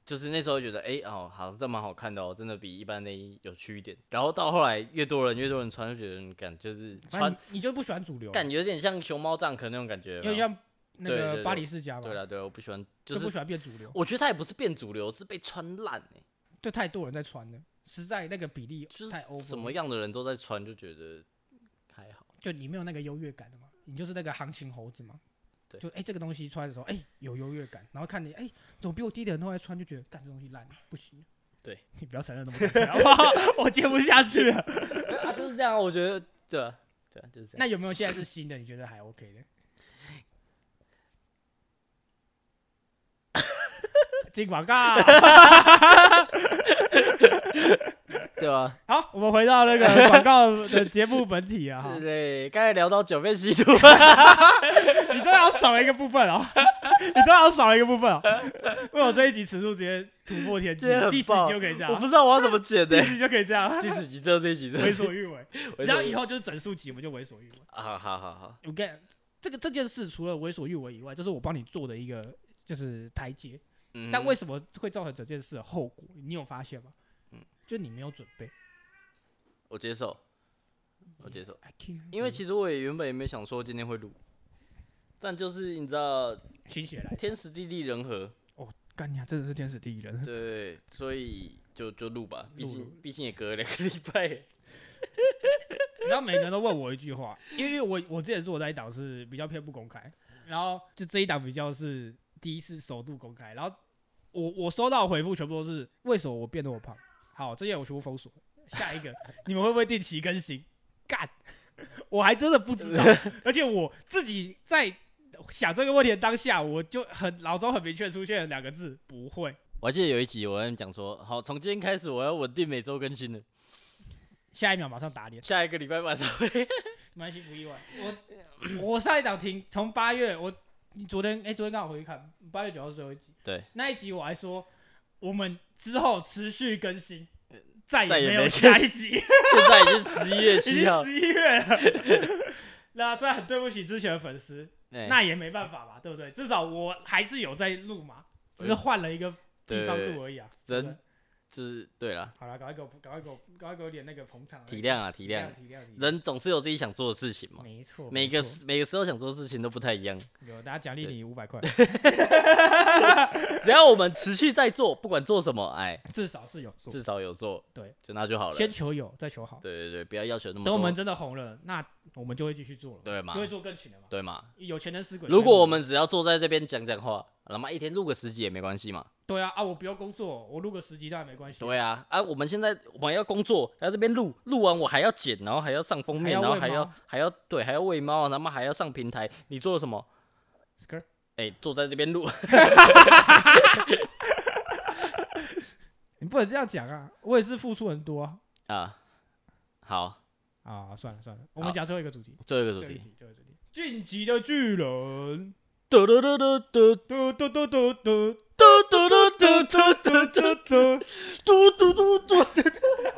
S1: 就是那时候觉得，哎、哦，好，这蛮好看的哦，真的比一般内衣有趣一点。然后到后来越多人越多人穿，就觉得你感就是
S2: 反正
S1: 穿
S2: 你，你就不喜欢主流啊，
S1: 感觉有点像熊猫战壳那种感觉有
S2: 因为
S1: 没有。
S2: 像那
S1: 对对
S2: 个
S1: 对
S2: 巴黎世家嘛，
S1: 对了对了，我不喜欢，就
S2: 就是不喜欢变主流，
S1: 我觉得他也不是变主流，是被穿烂哎、
S2: 就太多人在穿了，实在那个比例
S1: 就
S2: 太
S1: 是
S2: over，
S1: 什么样的人都在穿，就觉得还好。
S2: 就你没有那个优越感的嘛，你就是那个行情猴子嘛。
S1: 对
S2: 就哎、这个东西穿的时候，哎、有优越感，然后看你哎、怎么比我低的人都爱穿，就觉得干这东西烂，不行。
S1: 对，
S2: 你不要承认那么多次好不好 我接不下去了。
S1: 啊，就是这样啊，我觉得对啊，对啊，就是这样。
S2: 那有没有现在是新的？你觉得还 OK 的？ 进广告。
S1: 对啊，
S2: 好，我们回到那个广告的节目本体 啊，哈
S1: 对对，刚才聊到九妹吸 毒，
S2: 你都要少了一个部分哦， 你都要少了一个部分哦。为我这一集尺度直接突破天际
S1: 真的，很
S2: 第十
S1: 棒
S2: 集就可以这样啊
S1: 我，不知道我要怎么剪 的欸
S2: 第。十集就可以这样， 啊
S1: 第十集，最后这一集，
S2: 为所欲为。
S1: 为
S2: 只要
S1: 所欲
S2: 以后就是整数集，我们就为所欲为。
S1: 啊， 好好好好，
S2: 我跟你这个这件事，除了为所欲为以外，这是我帮你做的一个就是台阶。
S1: 嗯，
S2: 但为什么会造成这件事的后果？你有发现吗？嗯，就你没有准备。
S1: 我接受，我接受，
S2: I can't
S1: 因为其实我也原本也没想说今天会录，但就是你知道
S2: 心血来潮，
S1: 天时地利人 和，
S2: 干你、啊、真的是天时地利人和。
S1: 对，所以就就录吧，毕
S2: 录
S1: 竟毕竟也隔了两个礼拜，
S2: 然后每个人都问我一句话，因为因为我我之前做的那一档是比较偏不公开，然后就这一档比较是第一次首度公开，然后我我收到的回复全部都是为什么我变那么胖？好，这些我全部封锁。下一个你们会不会定期更新？干，我还真的不知道，而且我自己在想这个问题的当下，我就很脑中很明确出现了两个字：不会。
S1: 我还记得有一集我跟你讲说，好，从今天开始我要稳定每周更新了，
S2: 下一秒马上打脸，
S1: 下一个礼拜马上会，
S2: 没关系，不意外。我我上一档停，从八月我你昨天哎、诶昨天刚好回去看，八月九号是最后一集。
S1: 对，
S2: 那一集我还说我们之后持续更新，再
S1: 再也
S2: 也没
S1: 没更
S2: 有下 一集，
S1: 现在已经十一月
S2: 已
S1: 七
S2: 经
S1: 号，
S2: 十一月了。 那虽然很对不起之前的粉丝，
S1: 哎
S2: 那也没办法嘛，对不对？至少我还是有在录嘛，只是换了一个地方
S1: 对
S2: 录而已啊。对
S1: 人
S2: 不对
S1: 就是对了，
S2: 好了，赶快给我，赶快给我，赶快给我点那个捧场的
S1: 体谅啊体
S2: 体
S1: 谅
S2: 谅，，体谅，体谅。
S1: 人总是有自己想做的事情嘛，
S2: 没错，
S1: 每
S2: 没
S1: 个
S2: 错
S1: 时每个时候想做的事情都不太一样。
S2: 有大家奖励你五 百块。
S1: 只要我们持续在做，不管做什么，哎，
S2: 至少是有做，
S1: 至少有做，
S2: 对，
S1: 就那就好了。
S2: 先求有，再求好。
S1: 对对对，不要要求那么多。
S2: 等我们真的红了，那我们就会继续做了，
S1: 对嘛
S2: 就会做更勤了嘛。
S1: 对嘛？
S2: 有钱能使鬼推
S1: 如果我们只要坐在这边讲讲话，他妈一天录个十集也没关系嘛。
S2: 对啊啊，我不用工作，我录个十集当然没关系。
S1: 对啊，啊，我们现在我们要工作，还要这边录，录完我还要剪，然后还要上封面，
S2: 还要
S1: 然后
S2: 喂
S1: 还要
S2: 猫
S1: 还要对，还要喂猫，他妈还要上平台。你做了什么？
S2: Skirt
S1: 哎、坐在这边录，
S2: 你不能这样讲啊，我也是付出很多啊，
S1: 啊，好，
S2: 啊，算了算了，我们讲最后一个主题，
S1: 最后一个主
S2: 最后一个
S1: 题
S2: 主。题，最后一个主题，晋级的巨人，
S1: 嘟嘟嘟嘟嘟
S2: 嘟嘟嘟嘟
S1: 嘟
S2: 嘟
S1: 嘟嘟嘟嘟
S2: 嘟嘟，
S1: 嘟嘟嘟嘟。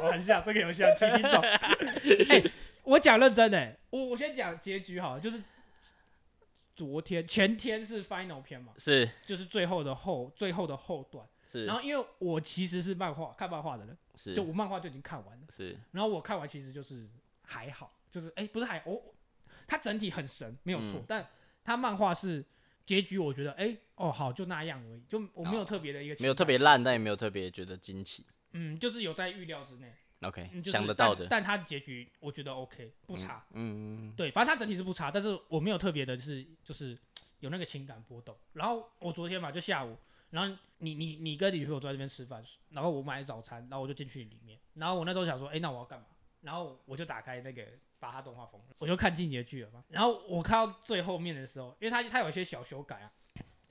S2: 我很哦像这个游戏很七星 种。哎，我讲认真哎，我我先讲结局好了，就是昨天前天是 final 篇嘛，
S1: 是
S2: 就是最后的后最后的后段。
S1: 是
S2: 然后因为我其实是漫画看漫画的人，就是我漫画就已经看完了，
S1: 是，
S2: 然后我看完其实就是还好，就是哎、不是还我、它整体很神没有错，
S1: 嗯
S2: 但它漫画是结局，我觉得哎、哦好就那样而已，就我没有特别的一个、
S1: 哦没有特，别烂，但也没有特别觉得惊奇。
S2: 嗯，就是有在预料之内，
S1: OK，
S2: 嗯、就是
S1: 想得到的。
S2: 但但它结局我觉得 OK 不差，
S1: 嗯，嗯嗯
S2: 对，反正它整体是不差，但是我没有特别的是就是有那个情感波动。然后我昨天嘛，就下午，然后你你你跟你女朋友坐在这边吃饭，然后我买早餐，然后我就进去里面，然后我那时候想说，哎、那我要干嘛？然后我就打开那个巴哈动画风，我就看进结剧了嘛。然后我看到最后面的时候，因为它它有一些小修改啊，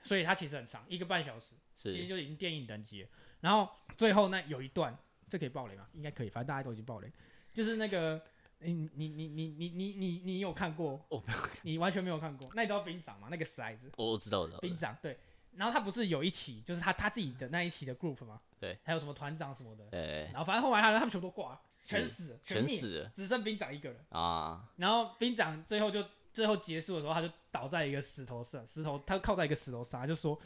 S2: 所以它其实很长，一个半小时，其实
S1: 是
S2: 就已经电影等级了。然后最后那有一段，这可以爆雷吗？应该可以，反正大家都已经爆雷。就是那个，你你你你你你你你有看过？
S1: 我没有
S2: 你完全没有看过。那你知道兵长吗？那个死孩子，
S1: 我我知道我知道
S2: 兵
S1: 的。
S2: 长对。然后他不是有一期，就是他他自己的那一期的 group 吗？
S1: 对。
S2: 还有什么团长什么的。
S1: 哎，
S2: 然后反正后来他他们全部都挂了，全
S1: 是
S2: 死了，
S1: 全
S2: 灭，
S1: 死了
S2: 只剩兵长一个人。
S1: 啊！
S2: 然后兵长最后就最后结束的时候，他就倒在一个石头上，石头他靠在一个石头上，他就说：“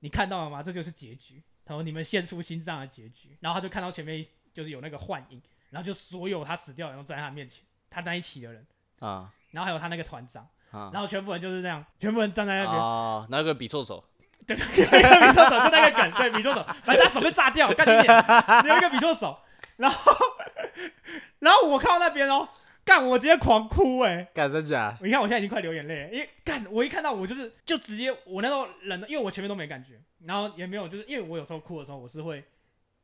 S2: 你看到了吗？这就是结局。”他说：“你们献出心脏的结局。”然后他就看到前面就是有那个幻影，然后就所有他死掉的人都站在他面前，他那一起的人，
S1: 啊
S2: 然后还有他那个团长，
S1: 啊！
S2: 然后全部人就是这样，全部人站在那边，
S1: 哦，那个比错手，
S2: 对，对，有一个比错手就那个梗，对，比错手，反正他手被炸掉，干你脸，有一个比错手，然后然后我看到那边哦，干我直接狂哭哎、
S1: 干真假？
S2: 你看我现在已经快流眼泪了，因为干我一看到我就是就直接我那时候冷的，因为我前面都没感觉，然后也没有就是因为我有时候哭的时候我是会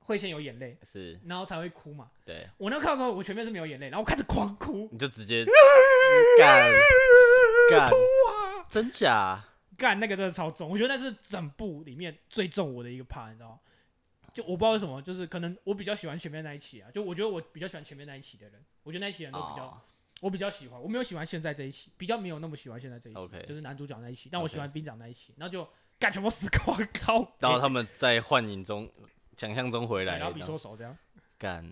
S2: 会先有眼泪，
S1: 是
S2: 然后才会哭嘛。
S1: 对，
S2: 我那看的时候我前面是没有眼泪，然后我开始狂哭，
S1: 你就直接干干真假？
S2: 干那个真的超重，我觉得那是整部里面最重我的一个 part，你知道吗？就我不知道为什么，就是可能我比较喜欢前面那一期啊，就我觉得我比较喜欢前面那一期的人，我觉得那一期人都比较、
S1: 哦
S2: 我比较喜欢，我没有喜欢现在这一期，比较没有那么喜欢现在这一期
S1: OK
S2: 就是男主角那一期，但我
S1: OK
S2: 喜欢兵长那一期，然后就干全部死光靠北，
S1: 然后他们在幻影中、想象中回
S2: 对
S1: 来，
S2: 然后比
S1: 然
S2: 出
S1: 后
S2: 手这样，
S1: 干，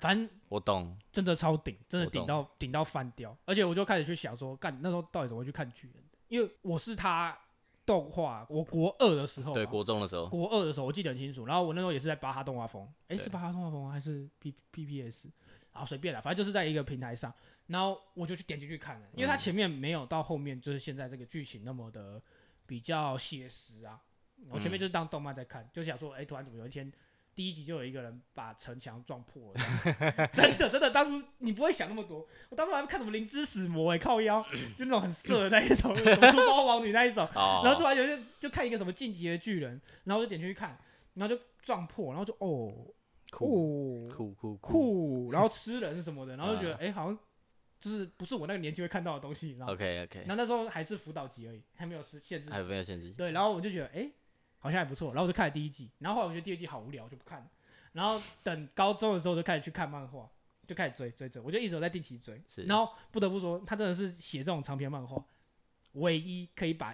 S2: 反正
S1: 我懂，
S2: 真的超顶，真的
S1: 我懂
S2: 顶到顶到翻掉，而且我就开始去想说，干那时候到底怎么会去看巨人的？因为我是他动画，我国二的时候吧，
S1: 对，国中的时候，
S2: 国二的时候，我记得很清楚。然后我那时候也是在巴哈动画风，诶，
S1: 对
S2: 是巴哈动画风还是 P P P S？然后随便啦，反正就是在一个平台上，然后我就去点进去看了，因为它
S1: 嗯
S2: 前面没有到后面就是现在这个剧情那么的比较写实啊。我
S1: 嗯
S2: 前面就是当动漫在看，就想说，诶，突然怎么有一天第一集就有一个人把城墙撞破了这样， 真的真的，当初你不会想那么多，我当初还看什么灵之使魔、诶，靠腰，就那种很色的那一种，什么出包王女那一种，
S1: 哦，
S2: 然后突然有一天就看一个什么晋级的巨人，然后就点进去看，然后就撞破，然后就哦
S1: 酷
S2: 哦
S1: 酷酷，
S2: 酷，然后吃人什么的，然后就觉得
S1: 啊
S2: 哎、诶好像就是不是我那个年纪会看到的东西，你知道吗？
S1: OK
S2: 然
S1: OK，
S2: 后那时候还是辅导级而已，还没有是限制级
S1: 哎还有没有限制？
S2: 对，然后我就觉得哎、诶好像还不错，然后我就看了第一季，然后后来我觉得第二季好无聊，我就不看了。然后等高中的时候就开始去看漫画，就开始追追追，我就一直有在定期追。
S1: 是
S2: 然后不得不说，他真的是写这种长篇漫画，唯一可以把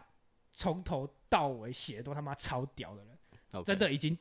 S2: 从头到尾写的都他妈超屌的人，
S1: OK
S2: 真，的已经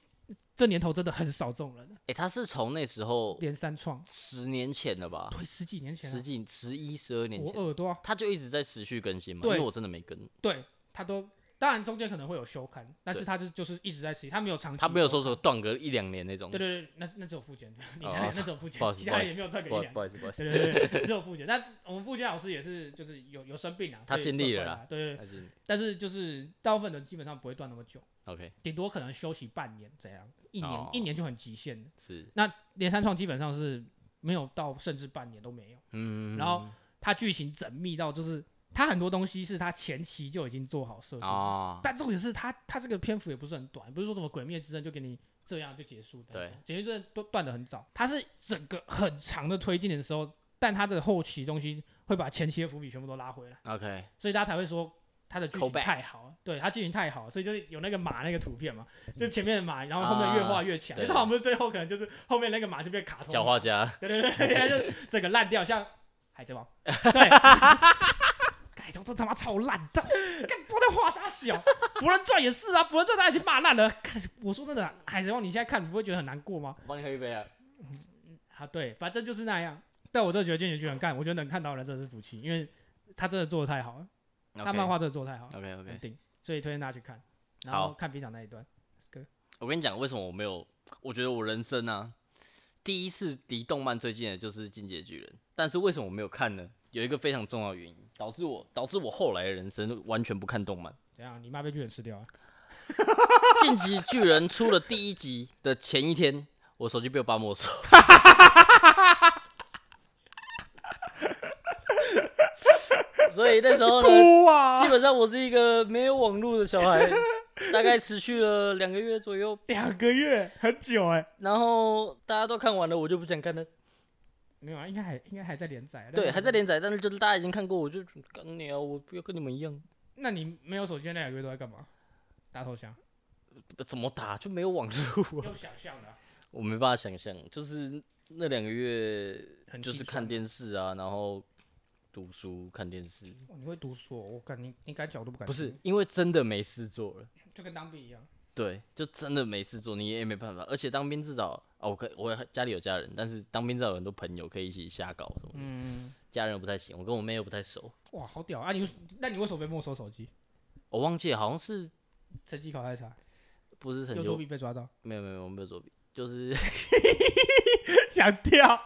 S2: 这年头真的很少这种人了。
S1: 哎，他是从那时候
S2: 连三创，
S1: 十年前了吧，
S2: 对，十几年前、
S1: 十
S2: 啊，
S1: 几、十一、十二年
S2: 我
S1: 前，
S2: 耳朵、啊，
S1: 他就一直在持续更新嘛，因
S2: 对
S1: 为我真的没跟，
S2: 对他都，当然中间可能会有休刊，但是
S1: 对
S2: 他就就是一直在写，他没有长期，
S1: 他没有说什么。断个一两年那种
S2: 对，对对，那那只有付坚，你想
S1: 哦
S2: 想那只有付坚
S1: 不好，意思
S2: 其
S1: 不
S2: 他
S1: 好意
S2: 人也没有特别
S1: 不好
S2: 一
S1: 不好意思不好意思，
S2: 对对对对，只有复健。那我们复健老师也是，就是有有生病啊，
S1: 他
S2: 所以
S1: 尽力
S2: 不能
S1: 了
S2: 回来。对对对，
S1: 那就
S2: 但是就是大部分人基本上不会断那么久，
S1: OK
S2: 顶多可能休息半年这样，一年、
S1: 哦
S2: 一年就很极限了。
S1: 是，
S2: 那连三创基本上是没有到，甚至半年都没有。
S1: 嗯，
S2: 然后它剧情缜密到就是，它很多东西是它前期就已经做好设定。
S1: 哦，
S2: 但重点是它，它这个篇幅也不是很短，不是说什么《鬼灭之刃》就给你这样就结束的那种，《鬼灭之刃》都断的很早，它是整个很长的推进的时候，但它的后期东西会把前期的伏笔全部都拉回来，
S1: OK，
S2: 所以大家才会说它的剧
S1: Call
S2: 情
S1: back
S2: 太好了，对它剧情太好了，所以就是有那个马那个图片嘛，就是前面的马，然后后面越画越强，
S1: 啊对
S2: 到我们最后可能就是后面那个马就变卡通
S1: 小
S2: 马，
S1: 画家，
S2: 对对对，它就整个烂掉，像海贼王，对，海贼王这他妈超烂的，干不知道在画啥小，博人传也是啊，博人传大家已经骂烂了，看我说真的，海贼王你现在看你不会觉得很难过吗？
S1: 我帮你喝一杯啊。
S2: 啊，对，反正就是那样。但我真的觉得《进击的巨人》干，我觉得能看到人真的是福气，因为他真的做的太好了，他漫画真的做的太好了，
S1: OK
S2: 肯
S1: OK，
S2: 定。所以推荐大家去看，然
S1: 好
S2: 后看冰场那一段。
S1: 我跟你讲，为什么我没有？我觉得我人生啊，第一次离动漫最近的就是《进阶巨人》，但是为什么我没有看呢？有一个非常重要的原因，导致我导致我后来的人生完全不看动漫。
S2: 怎样？你妈被巨人吃掉了？
S1: 《进击巨人》出了第一集的前一天，我手机被我爸没收。 所以那时候呢，
S2: 哭啊！
S1: 基本上我是一个没有网络的小孩，大概持续了两个月左右。
S2: 两个哎月，很久哎、
S1: 然后大家都看完了，我就不想看了。
S2: 没有啊，应该还应该还在连载。啊
S1: 对，还在。连载，但是就是大家已经看过，我就干你啊！我不要跟你们一样，
S2: 那你没有手机那两个月都在干嘛？打头像？
S1: 怎么打就没有网络啊！
S2: 用想象的啊、
S1: 我没办法想象，就是那两个月
S2: 很
S1: 就是
S2: 气
S1: 看
S2: 爽
S1: 电视啊，然后读书、看电视，
S2: 哦你会读书、哦？我敢，你你敢讲我都不敢。
S1: 不是，因为真的没事做了。
S2: 就跟当兵一样。
S1: 对，就真的没事做，你也没办法。而且当兵至少哦，我可我家里有家人，但是当兵至少有很多朋友可以一起瞎搞什么的。
S2: 嗯，
S1: 家人又不太行，我跟我妹又不太熟，
S2: 哇，好屌啊！你那你为什么被没收手机？
S1: 我忘记了好像是
S2: 成绩考太差，
S1: 不是很
S2: 右
S1: 久
S2: 作，弊被抓到，
S1: 没有没有没有没有作弊，就是
S2: 想跳，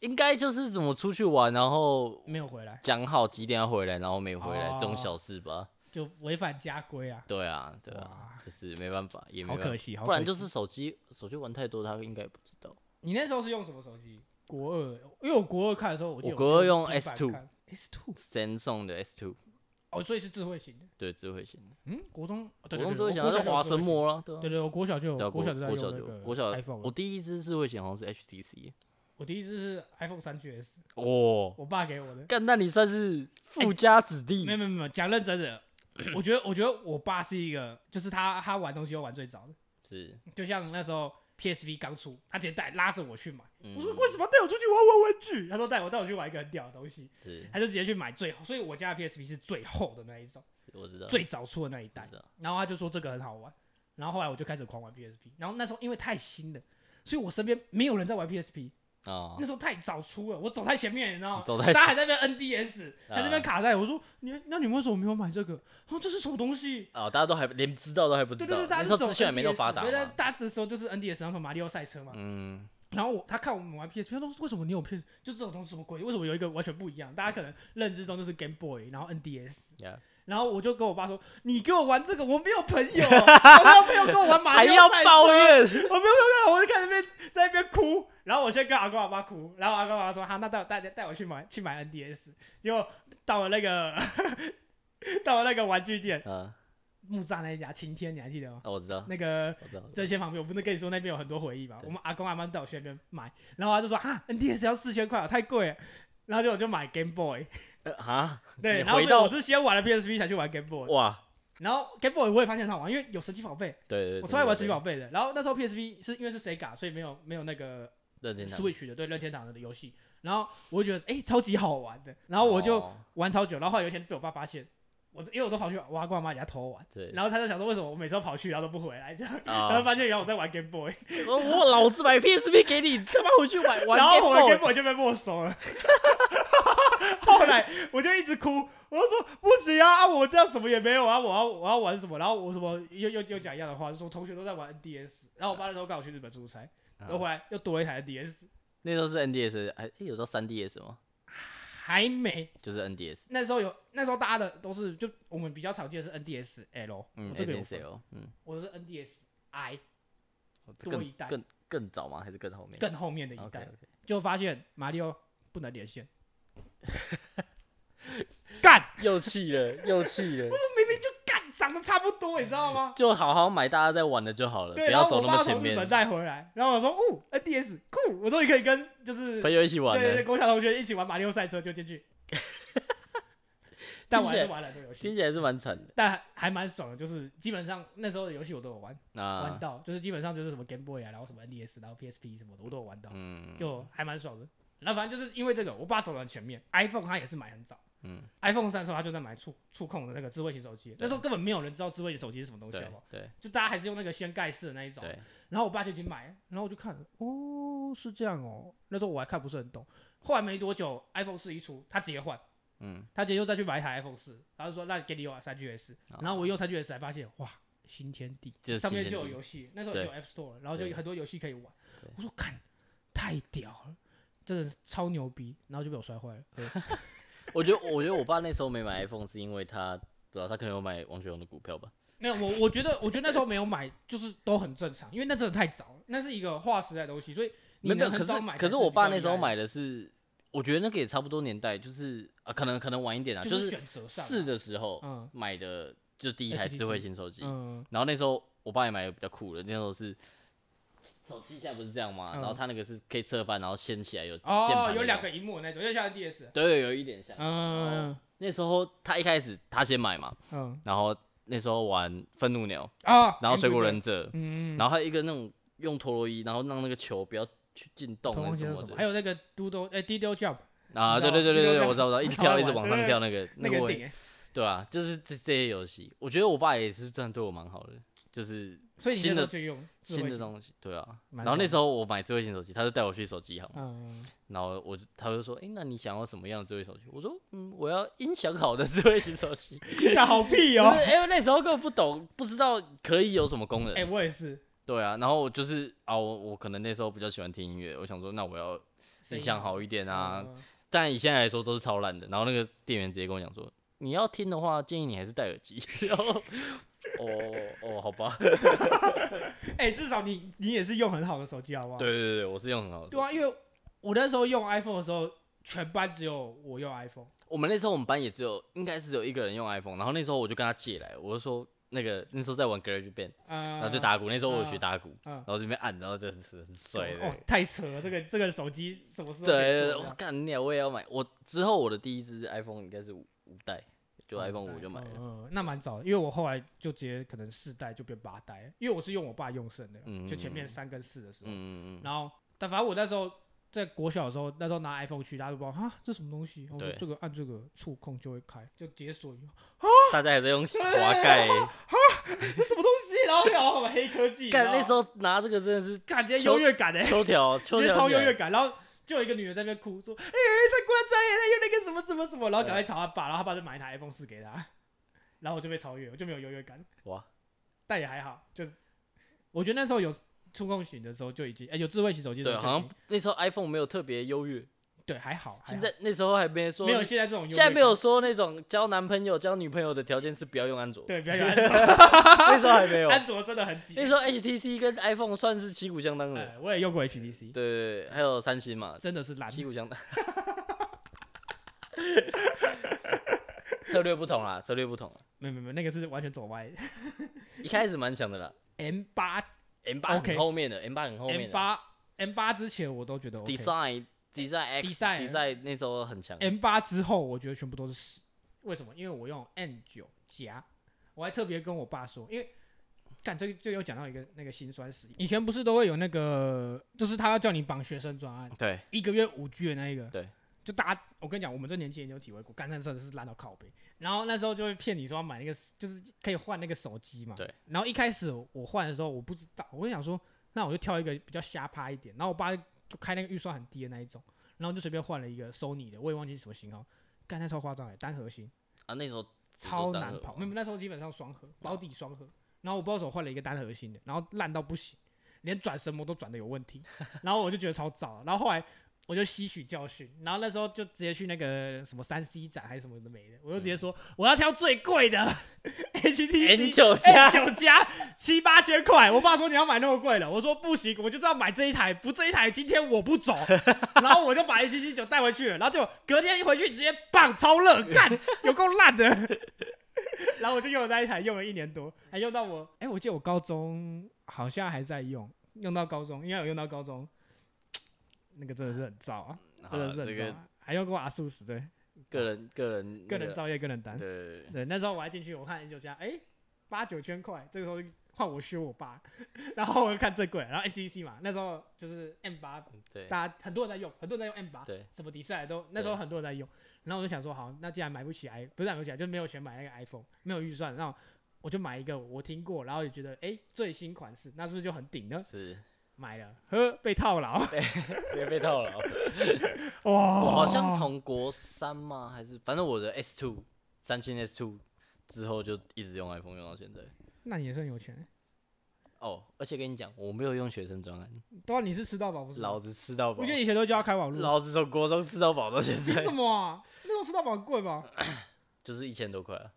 S1: 应该就是怎么出去玩，然后
S2: 没有回来。
S1: 讲好几点要回来，然后没回来，这种
S2: 哦
S1: 小事吧。
S2: 就违反家规啊，
S1: 对啊，对啊，就是没办法，也没
S2: 好
S1: 办
S2: 可
S1: 法。
S2: 惜，好
S1: 不然
S2: 可惜
S1: 就是手机手机玩太多，他应该不知道。
S2: 你那时候是用什么手机？国二，因为我国二看的时候，我记得
S1: 我国二
S2: 是
S1: 用
S2: 平板
S1: S2
S2: 看 S2
S1: Samsung 的 S Two
S2: 哦，所以是智慧型的。
S1: 对智慧型的，
S2: 嗯，国中，哦对
S1: 我
S2: 对
S1: 用
S2: 对，
S1: 智慧型
S2: 我
S1: 它
S2: 国
S1: 是
S2: 小就有
S1: 华
S2: 智慧
S1: 神
S2: 型。
S1: 魔了，对啊
S2: 对对，我国小就
S1: 对啊
S2: 有，
S1: 国
S2: 小就在
S1: 国
S2: 用
S1: 小
S2: 那
S1: 就
S2: 个
S1: 国小
S2: iPhone 啊
S1: 我
S2: 了。
S1: 第一支智慧型好像是 HTC。
S2: 我第一次是 iPhone 三 GS，
S1: 哦，
S2: 我爸给我的。
S1: 干，那你算是富家子弟
S2: 哎没有没有没有，讲认真的，我觉得我觉得我爸是一个，就是他他玩东西都玩最早的，
S1: 是？
S2: 就像那时候 PSV 刚出，他直接带拉着我去买。
S1: 嗯
S2: 我说为什么带我出去玩玩玩具？他说带我带我去玩一个很屌的东西。
S1: 是，
S2: 他就直接去买最厚，所以我家的 PSP 是最厚的那一种，
S1: 我知道，
S2: 最早出的那一代
S1: 知。道
S2: 然后他就说这个很好玩，然后后来我就开始狂玩 PSP。然后那时候因为太新了，所以我身边没有人在玩 PSP，
S1: 啊
S2: 那，时候太早出了，我走太前面，你知道吗？
S1: 走在
S2: 大家还在那边 NDS，
S1: 啊
S2: 还在那边卡带。我说你那你们为什么没有买这个？他说这是什么东西？
S1: 哦，大家都还连知道都还不知
S2: 对
S1: 道
S2: 对，
S1: 那
S2: 对，大
S1: 时
S2: 家
S1: 候
S2: 走
S1: 资讯还没那么发达
S2: NDS 对大
S1: 嘛。
S2: 大致的时候就是 NDS，然后马里奥赛车嘛。
S1: 嗯，
S2: 然后我他看我们玩 PSP，他说为什么你有 PS，就这种东西什么鬼？为什么有一个完全不一样？大家可能认知中就是 Game Boy，然后 NDS，
S1: 呀，
S2: 然后我就跟我爸说：“你给我玩这个，我没有朋友，我没有朋友跟我玩马
S1: 还
S2: 里
S1: 要
S2: 奥赛车，
S1: 抱怨，
S2: 我没有朋友，我就看那边在那边哭。”然后我先跟阿公阿妈哭，然后阿公阿妈说：“好，那带我带带我去买去买 NDS。”结果到了那个 到了那个玩具店，
S1: 啊，
S2: 木栅那一家晴天，你还记得吗？
S1: 哦我知道，
S2: 那个
S1: 我知道，我知道
S2: 真仙旁边，我不是跟你说那边有很多回忆吗？
S1: 对
S2: 我们阿公阿妈带我去那边买，然后他就说：“啊，NDS 要四千块，太贵了。”然后就我就买 Game Boy，
S1: 呃啊，
S2: 对，
S1: 你
S2: 然后
S1: 回
S2: 所以我
S1: 到
S2: 是先玩了 PSP 才去玩 Game Boy。
S1: 哇，
S2: 然后 Game Boy 我也发现很好玩，因为有神奇宝贝，
S1: 对对，
S2: 我超爱玩神
S1: 吃
S2: 奇宝贝的。然后那时候 PSV 是因为是 Sega，所以没有没有那个
S1: 任天堂
S2: Switch 的对任天堂的游戏。然后我就觉得哎、诶超级好玩的，然后我就
S1: 哦
S2: 玩超久。然后后来有一天被我爸发现，我因为我都跑去我阿公阿妈家偷玩，
S1: 对，
S2: 然后他就想说为什么我每次都跑去然后都不回来这样，然后
S1: 啊，
S2: 发现原来我在玩 Game Boy，
S1: 我我老子买 PSP 给你， 他妈回去玩玩
S2: 然后
S1: Game
S2: 我的 Game
S1: Boy
S2: Boy 就被没收了。 后来我就一直哭，我就说不行啊，啊我这样什么也没有啊，我要我要玩什么？然后我什么又又又讲一样的话，就说同学都在玩 NDS，然后我爸那时候刚好去日本出差，然后回来又多了一台 NDS，
S1: 那时候是 NDS，还诶哎有到 3DS 吗？
S2: 还没
S1: 就是 NDS，
S2: 那时候有那时候大家的都是就我们比较常见的是 NDS L，、
S1: 嗯
S2: 我这个有
S1: ，NDS
S2: 分，
S1: L，嗯，
S2: 我是 NDS I 多
S1: 更
S2: 一代
S1: 更更早吗？还是更后面？
S2: 更后面的一
S1: OK
S2: 代，
S1: OK，
S2: 就发现马里奥不能 连线，干
S1: 又气了，又气了。
S2: 明明就干长得差不多，你知道吗？
S1: 就好好买大家在玩的就好了，不
S2: 对，然
S1: 要
S2: 后
S1: 走
S2: 我
S1: 那
S2: 爸
S1: 么
S2: 从
S1: 前
S2: 日本
S1: 面。
S2: 带回来，然后我说，哦，NDS 酷，我终于可以跟就是
S1: 朋友一起玩
S2: 对对对
S1: 了，
S2: 国小同学一起玩马里奥赛车，就进去。但我还是玩了这个游戏，
S1: 听起来是蛮惨的。
S2: 但还蛮爽的，就是基本上那时候的游戏我都有玩，玩
S1: 那
S2: 到就是基本上就是什么 Game Boy 啊，然后什么 NES，然后 PSP 什么的我都有玩到，
S1: 嗯，
S2: 就还蛮爽的。然后反正就是因为这个，我爸走得很前面，iPhone 他也是买很早，
S1: 嗯
S2: ，iPhone 三的时候他就在买触触控的那个智慧型手机，那时候根本没有人知道智慧型手机是什么东西，好
S1: 对
S2: 不好？
S1: 对
S2: 就大家还是用那个掀盖式的那一种，
S1: 对，
S2: 然后我爸就已经买了，然后我就看，哦，是这样哦。那时候我还看不是很懂。后来没多久，iPhone 四一出，他直接换，
S1: 嗯，
S2: 他直接又再去买一台 iPhone 四，然后就说那给你用啊三 GS，
S1: 哦
S2: 然后我用三 GS 才发现，哇，新天地，
S1: 这是
S2: 上面
S1: 新天
S2: 就有
S1: 地
S2: 游戏，那时候就有 App Store，然后就
S1: 对
S2: 有很多游戏可以玩
S1: 对。
S2: 我说看，太屌了，真的是超牛逼，然后就被我摔坏了。
S1: 我觉得我觉得我爸那时候没买 iPhone 是因为他，不知道他可能有买王学勇的股票吧。
S2: 没有，我我觉得，我觉得那时候没有买，就是都很正常，因为那真的太早了，那是一个划时代的东西，所以你
S1: 没有，
S2: 能
S1: 可
S2: 很
S1: 是
S2: 早买才
S1: 可
S2: 比较厉害的。
S1: 是我爸那时候买的是，我觉得那个也差不多年代，就是啊，可能可能晚一点啊，
S2: 就
S1: 就是是
S2: 选择上啊
S1: 四的时候
S2: 嗯
S1: 买的，就第一台
S2: HTC
S1: 智慧型手机。
S2: 嗯，
S1: 然后那时候我爸也买的比较酷的，那时候是手机现在不是这样吗？
S2: 嗯
S1: 然后他那个是可以侧翻，然后掀起来有键盘那
S2: 哦，
S1: 种哦
S2: 有两，个荧幕那种，就像 DS。
S1: 对对，有一点像。
S2: 嗯
S1: 那时候他一开始他先买嘛，
S2: 嗯
S1: 然后那时候玩愤怒鸟，
S2: 啊，
S1: 哦然后水果忍者，
S2: 嗯，嗯，
S1: 然后还有一个那种用陀螺仪，然后让那个球不要去进洞
S2: 同
S1: 还
S2: 忘
S1: 是
S2: 记
S1: 什么
S2: 是什么，还
S1: 的。
S2: 有那个嘟嘟哎 d i d o Jump
S1: 啊，对
S2: 你知
S1: 对
S2: 道
S1: 对对
S2: 你有
S1: 对，
S2: 看
S1: 我知道，我知道，一直
S2: 超好
S1: 跳，一直
S2: 玩
S1: 往上
S2: 对对
S1: 跳那个
S2: 那
S1: 个
S2: 个
S1: 位
S2: 顶，哎
S1: 对啊，就是这这些游戏，我觉得我爸也是算对我蛮好的，就是
S2: 所以你那
S1: 新
S2: 时
S1: 的
S2: 候就用智慧
S1: 新的
S2: 型，
S1: 东西，对啊。
S2: 蛮
S1: 然后那
S2: 爽
S1: 时候我买智慧型手机，他就带我去手机行，
S2: 嗯，
S1: 然后我就他就说，哎，那你想要什么样的智慧手机？我说，嗯，我要音响好的智慧型手机。
S2: 看好屁
S1: 因
S2: 哦，
S1: 为因为那时候根本不懂，不知道可以有什么功能。
S2: 哎，我也是，
S1: 对啊，然后我就是啊，我我可能那时候比较喜欢听音乐，我想说那我要
S2: 声
S1: 音
S2: 音
S1: 响好一点啊，
S2: 嗯
S1: 但以现在来说都是超烂的。然后那个店员直接跟我讲说，你要听的话，建议你还是戴耳机。然后，哦哦，好吧，对
S2: 哎，至少你你也是用很好的手机，好不 好？
S1: 对对对，我是用很好的。
S2: 对啊，因为我那时候用 iPhone 的时候，全班只有我用 iPhone，
S1: 我们那时候我们班也只有应该是只有一个人用 iPhone，然后那时候我就跟他借来，我就说那个那时候在玩 GarageBand，
S2: 嗯，
S1: 然后就打鼓，那时候我有学打鼓，
S2: 嗯
S1: 然后这边按，然后就很很帅的。
S2: 哦，太扯了，这个这个手机什么时候可以做
S1: 对，
S2: 这
S1: 我
S2: 样？
S1: 干你啊！我也要买。我之后我的第一只 iPhone 应该是五五代，
S2: 哦
S1: 就 iPhone 五就买了。
S2: 嗯，嗯那蛮早的，因为我后来就直接可能四代就变八代，因为我是用我爸用剩的，
S1: 嗯
S2: 就前面三跟四的时候，
S1: 嗯嗯嗯，
S2: 然后但反正我那时候在国小的时候，那时候拿 iPhone 去，大家都不知道哈这什么东西，我说
S1: 对
S2: 这个按这个触控就会开，就解锁 一个
S1: 大家还在用滑 盖欸，
S2: 这什么东西，啊然后然后什么黑科技，
S1: 干
S2: 你
S1: 那
S2: 知道吗
S1: 时候拿这个真的是
S2: 感觉
S1: 秋
S2: 优越感哎、欸，
S1: 秋条，秋
S2: 直接
S1: 条
S2: 超
S1: 起来
S2: 优越感，然后。就有一个女的在那边哭，说：“哎、在关张也在用那个什么什么什么。”然后赶快找他爸，然后他爸就买一台 iPhone 四给他，然后我就被超越，我就没有优越感。
S1: 哇！
S2: 但也还好，就是我觉得那时候有触控型的时候就已经，哎、有智慧型手机的
S1: 对，
S2: 时候
S1: 好
S2: 就
S1: 像
S2: 已经
S1: 那时候 iPhone 没有特别优越，
S2: 对还好，还
S1: 现
S2: 好
S1: 在那时候还没说
S2: 没有现在这种优越
S1: 现在没有
S2: 感
S1: 说那种交男朋友、交女朋友的条件是不要用安卓，
S2: 对，比 较有安卓，
S1: 那时候还没有。
S2: 安卓真的很挤
S1: 那。时候 HTC 跟 iPhone 算是旗鼓相当的，
S2: 哎，我也用过
S1: 对
S2: HTC，
S1: 对，对还有三星嘛，
S2: 真的是烂。
S1: 旗鼓相当。策略不同啦，策略不同啦。
S2: 没有没有没有，那个是完全走歪。
S1: 一开始蛮强的啦
S2: M 八
S1: ，M 八
S2: OK
S1: 很后面的，M 八很后
S2: M
S1: 面的。
S2: 八 M 八之前我都觉得 OK。
S1: Design Design X
S2: Design
S1: Design 那时候很强。
S2: M 八之后，我觉得全部都是屎。为什么？因为我用 N 九夹，我还特别跟我爸说，因为干这个就又讲到一个那个辛酸史。以前不是都会有那个，就是他要叫你绑学生专案，
S1: 对，
S2: 一个月五 G 的那一个，
S1: 对，
S2: 就大家，我跟你讲，我们这年纪人有体会过，干那真的是烂到靠背。然后那时候就会骗你说要买那个，就是可以换那个手机嘛。
S1: 对。
S2: 然后一开始我换的时候，我不知道，我就想说，那我就挑一个比较瞎趴一点。然后我爸就开那个预算很低的那一种，然后就随便换了一个 Sony 的，我也忘记是什么型号，干那超夸张哎，单核心
S1: 啊，那时候
S2: 超
S1: 单
S2: 难
S1: 核啊
S2: 跑。
S1: 嘛
S2: 没有，那时候基本上双核，保底双核。然后我不知道怎么换了一个单核心的，然后烂到不行，连转什么都转的有问 题。然后我就觉得超糟。然后后来我就吸取教训，然后那时候就直接去那个什么三 C 展还是什么的没的，我就直
S1: 嗯
S2: 接说、我要挑最贵的
S1: N
S2: HTC
S1: 九
S2: N
S1: 加
S2: 九加哎七八千块。我爸说你要买那么贵的，我说不行，我就知道买这一台，不这一台今天我不 走。然后我就把 HTC 九带回去了，然后就隔天一回去直接棒超热， 干有够烂的。然后我就用了那一台，用了一年多，还用到我，哎、我记得我高中好像还在用，用到高中，应该有用到高中，那个真的是很糟啊，
S1: 好
S2: 真的
S1: 啦
S2: 是
S1: 这
S2: 很糟、
S1: 个
S2: 啊，还用过阿素十对，
S1: 个人个人
S2: 个
S1: 那
S2: 人
S1: 个
S2: 造业，个人担。
S1: 对，
S2: 对，那时候我还进去，我看 N 九加，哎、八九千块，这个时候就换我修我爸， 然后我就看最贵，然后 HTC 嘛，那时候就是 M 八，
S1: 对
S2: 大家很多人在用，很多人在用 M 八，
S1: 对
S2: 什么迪赛都那时候很多人在用，然后我就想说，好，那既然买不起 i，不是买不起来，就没有钱买那个 iPhone，没有预算，那我就买一个我听过，然后也觉得哎、最新款式，那是不是就很顶呢？
S1: 是
S2: 买了，呵，被套牢，
S1: 直接被套了。
S2: 哇，
S1: 我好像从国三吗？还是反正我的 S two 三星 S two 之后就一直用 iPhone 用到现在。
S2: 那你也算有钱，
S1: 哦，而且跟你讲，我没有用学生专案，
S2: 对啊，你是吃到饱不是吗？
S1: 老子吃到饱
S2: 我觉，得以前都教他开网络，
S1: 老子从国中吃到饱到现
S2: 凭
S1: 在
S2: 什，么啊？那种吃到饱很贵吧？
S1: 就是一千多块啊。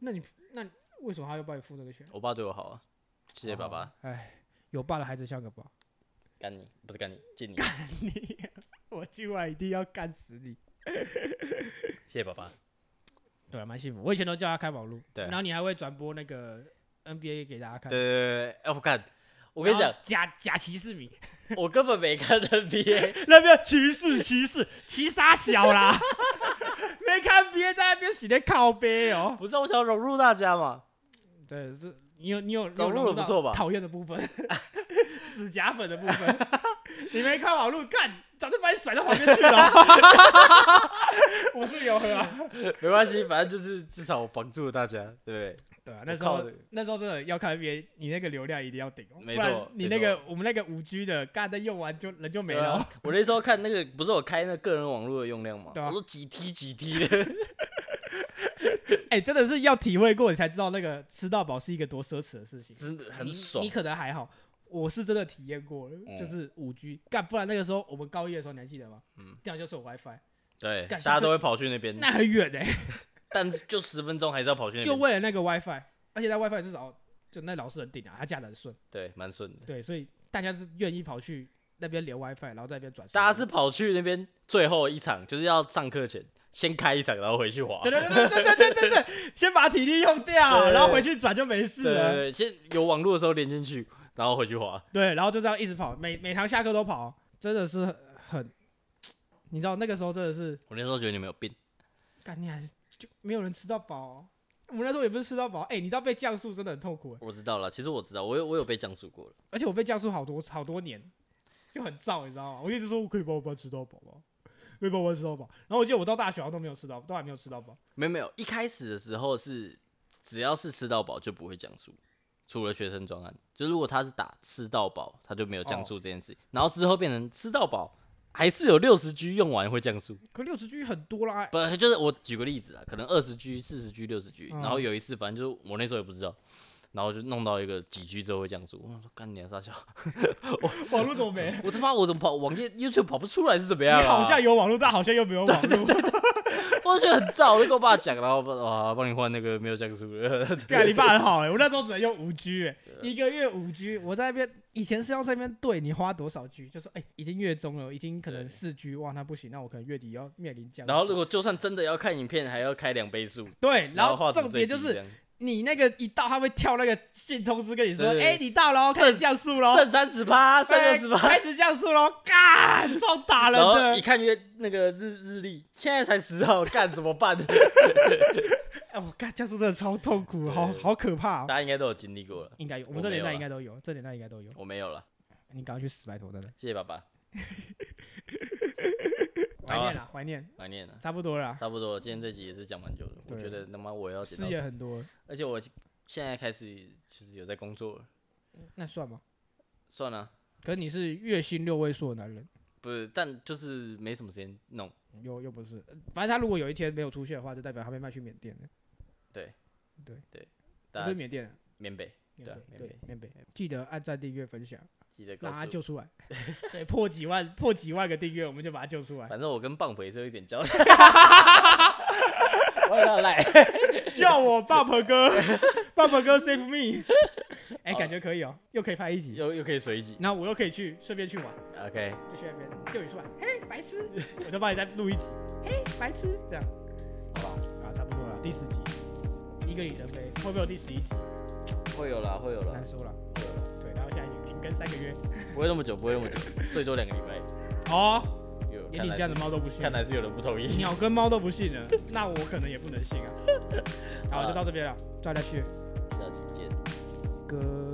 S2: 那你那你为什么他要帮你付这个钱？
S1: 我爸对我好啊，谢谢爸爸，
S2: 哎，有爸的孩子像个宝。
S1: 干你不是干你，敬你，
S2: 你， 我今晚一定要干死你。
S1: 谢谢爸 爸。
S2: 对啊，蛮幸福。我以前都叫他开网路，
S1: 对啊
S2: 然后你还会转播那个 NBA 给大家看。
S1: 对对，对，对哎我看，我跟你讲，，
S2: 假假骑士迷，
S1: 我根本没看 NBA，
S2: 那边骑士骑士骑啥小 啦？ 没看 NBA 在那边洗的靠背哦。
S1: 不是啊我想融入大家嘛。
S2: 对，是你有你有
S1: 走路
S2: 融入
S1: 不
S2: 到
S1: 错吧
S2: 讨厌的部分， 死假粉的部 分， 你没开网路干，早就把你甩到旁边 去了。 我是有喝啊。
S1: 没关系，反正就是至少我帮助了大家，对不
S2: 对啊，
S1: 我
S2: 那时
S1: 靠
S2: 候
S1: 这个
S2: 那时候真的要看 NBA，你那个流量一定要顶哦，
S1: 没
S2: 不然
S1: 错
S2: 你
S1: 没
S2: 那个我们那个五 G 的，干的用完就人就
S1: 对？
S2: 没
S1: 对
S2: 了
S1: 啊
S2: 哦。
S1: 我那时候看那个，不是我开那个个人网络的用量嘛，
S2: 对啊
S1: 我都几 T 几 T 的，
S2: 哎、真的是要体会过，你才知道那个吃到饱是一个多奢侈的事情，
S1: 真的很
S2: 你
S1: 爽
S2: 你。可能还好，我是真的体验过了，就是五 G 干，不然那个时候我们高一的时候你还记得吗？
S1: 嗯，
S2: 这样就是有 WiFi，
S1: 对，大
S2: 干
S1: 家都会跑去那边，
S2: 那很远哎、
S1: 但就十分钟还是要跑去那
S2: 就
S1: 边，
S2: 为了那个 WiFi，而且那 WiFi 至少就那老师很顶啊，他架的很顺，
S1: 对，蛮顺的。
S2: 对，所以大家是愿意跑去那边连 WiFi，然后在那边转。
S1: 大家是跑去那边最后一场，就是要上课前先开一场，然后回去滑。
S2: 对对对对对对对对，先把体力用掉，
S1: 对
S2: 啊然后回去转就没事
S1: 对对
S2: 了。
S1: 对，先有网络的时候连进去，然后回去滑。
S2: 对，然后就这样一直跑，每每堂下课都跑，真的是很，你知道那个时候真的是，
S1: 我那时候觉得你们有病，
S2: 干你还是就没有人吃到饱哦、我们那时候也不是吃到饱，哎、你知道被降速真的很痛苦、哎
S1: 我知道了，其实我知道，我有我有被降速过了。
S2: 而且我被降速好多好多年，就很燥，你知道吗？我一直说我可以帮我爸吃到饱吗？可以帮我爸吃到饱。然后我记得我到大学好像都没有吃到，都还没有吃到饱。
S1: 没有没有，一开始的时候是只要是吃到饱就不会降速，除了学生专案，就如果他是打吃到饱，他就没有
S2: 哦
S1: 降速这件事。然后之后变成吃到饱，还是有六十 G 用完会降速，
S2: 可六十 G 很多啦，
S1: 不就是我举个例子啊，可能二十 G、四十 G、六十 G，
S2: 嗯
S1: 然后有一次反正就是我那时候也不知道。然后就弄到一个几 G 之后会降速，我想说干你啊傻笑，
S2: 网络怎么没？
S1: 我他妈我怎么跑网页 YouTube 跑不出来是怎么样、啊？
S2: 你好像有网络，但好像又没有网络。
S1: 我觉得很燥，我就跟我爸讲，然后我爸啊帮你换那个没有降速的，
S2: 干你爸很好哎、我那时候只能用五 G 哎、
S1: 啊
S2: 一个月五 G，我在那边以前是要在那边对你花多少 G，就说哎、已经月中了，已经可能
S1: 对
S2: 四 G，哇那不行，那我可能月底要面临降息。
S1: 然后如果就算真的要看影片，还要开两倍速。
S2: 对，然
S1: 画
S2: 后
S1: 质
S2: 重
S1: 最
S2: 点
S1: 低
S2: 就
S1: 这
S2: 是
S1: 样
S2: 你那个一到，他会跳那个信通知跟你说，
S1: 对对对
S2: 哎、你到了哦，开始降速喽，
S1: 剩三十八，剩 二十
S2: 对
S1: 八，
S2: 开始降速喽，干，超打人
S1: 然后一
S2: 哎的。
S1: 看月那个日日历，现在才十号，干怎么办？
S2: 哎，我干降速真的超痛苦，
S1: 对
S2: 好
S1: 对对
S2: 好可怕、 哦。
S1: 大家应该都有经历过了，
S2: 应该有，我
S1: 我
S2: 们这
S1: 没
S2: 年
S1: 有哦
S2: 代
S1: 啊
S2: 应该都有，这年代应该都有。
S1: 我没有了，
S2: 你赶快去死白头，真的
S1: 谢谢爸爸，
S2: 怀
S1: 好啊
S2: 念了，怀念，
S1: 怀念了，
S2: 差不多了啦，
S1: 差不多了，今天这集也是讲蛮久的，我
S2: 对啊
S1: 觉得他妈我要剪
S2: 事
S1: 到
S2: 业
S1: 死，
S2: 很多了。
S1: 而且我现在开始就是有在工作了，
S2: 那算吗？
S1: 算了，
S2: 可是你是月薪六位数的男人，
S1: 不是，但就是没什么时间弄，
S2: 又又不是，呃反正他如果有一天没有出现的话，就代表他被卖去缅甸了，呃
S1: 大
S2: 不是
S1: 家
S2: 缅甸，
S1: 缅北对
S2: 缅
S1: 啊
S2: 北
S1: 缅
S2: 对
S1: 北
S2: 缅北，记得按赞、订阅、分享，
S1: 记得告
S2: 让他
S1: 诉我，
S2: 救出 来。对，破几万破几万个订阅，我们就把他 救出来，
S1: 反正我跟棒腿是有一点 交集，我也要赖。
S2: 叫我爸爸哥，爸爸哥 save me。哎，感觉可以哦，又可以拍一集，
S1: 又又可以随机。
S2: 然后我又可以去顺便去玩，
S1: OK，
S2: 就去那边救你出来。嘿，白痴，我就帮你再录一集。嘿，白痴，这样
S1: 好吧，
S2: 啊，差不多了，第十集，一个里程碑，会不会有第十一集？
S1: 会有啦，会有啦
S2: 难，说了。
S1: 会有啦
S2: 对，然后现在已经停更三个月。
S1: 不会那么久，不会那么久，最多两个礼拜。
S2: 哦，
S1: 有，有，
S2: 连
S1: 看
S2: 你
S1: 来
S2: 家
S1: 是
S2: 的猫都不信
S1: 看，来是有人不同意。
S2: 鸟跟猫都不信了，那我可能也不能信啊。好，就到这边了，大家去
S1: 下期见。
S2: 哥。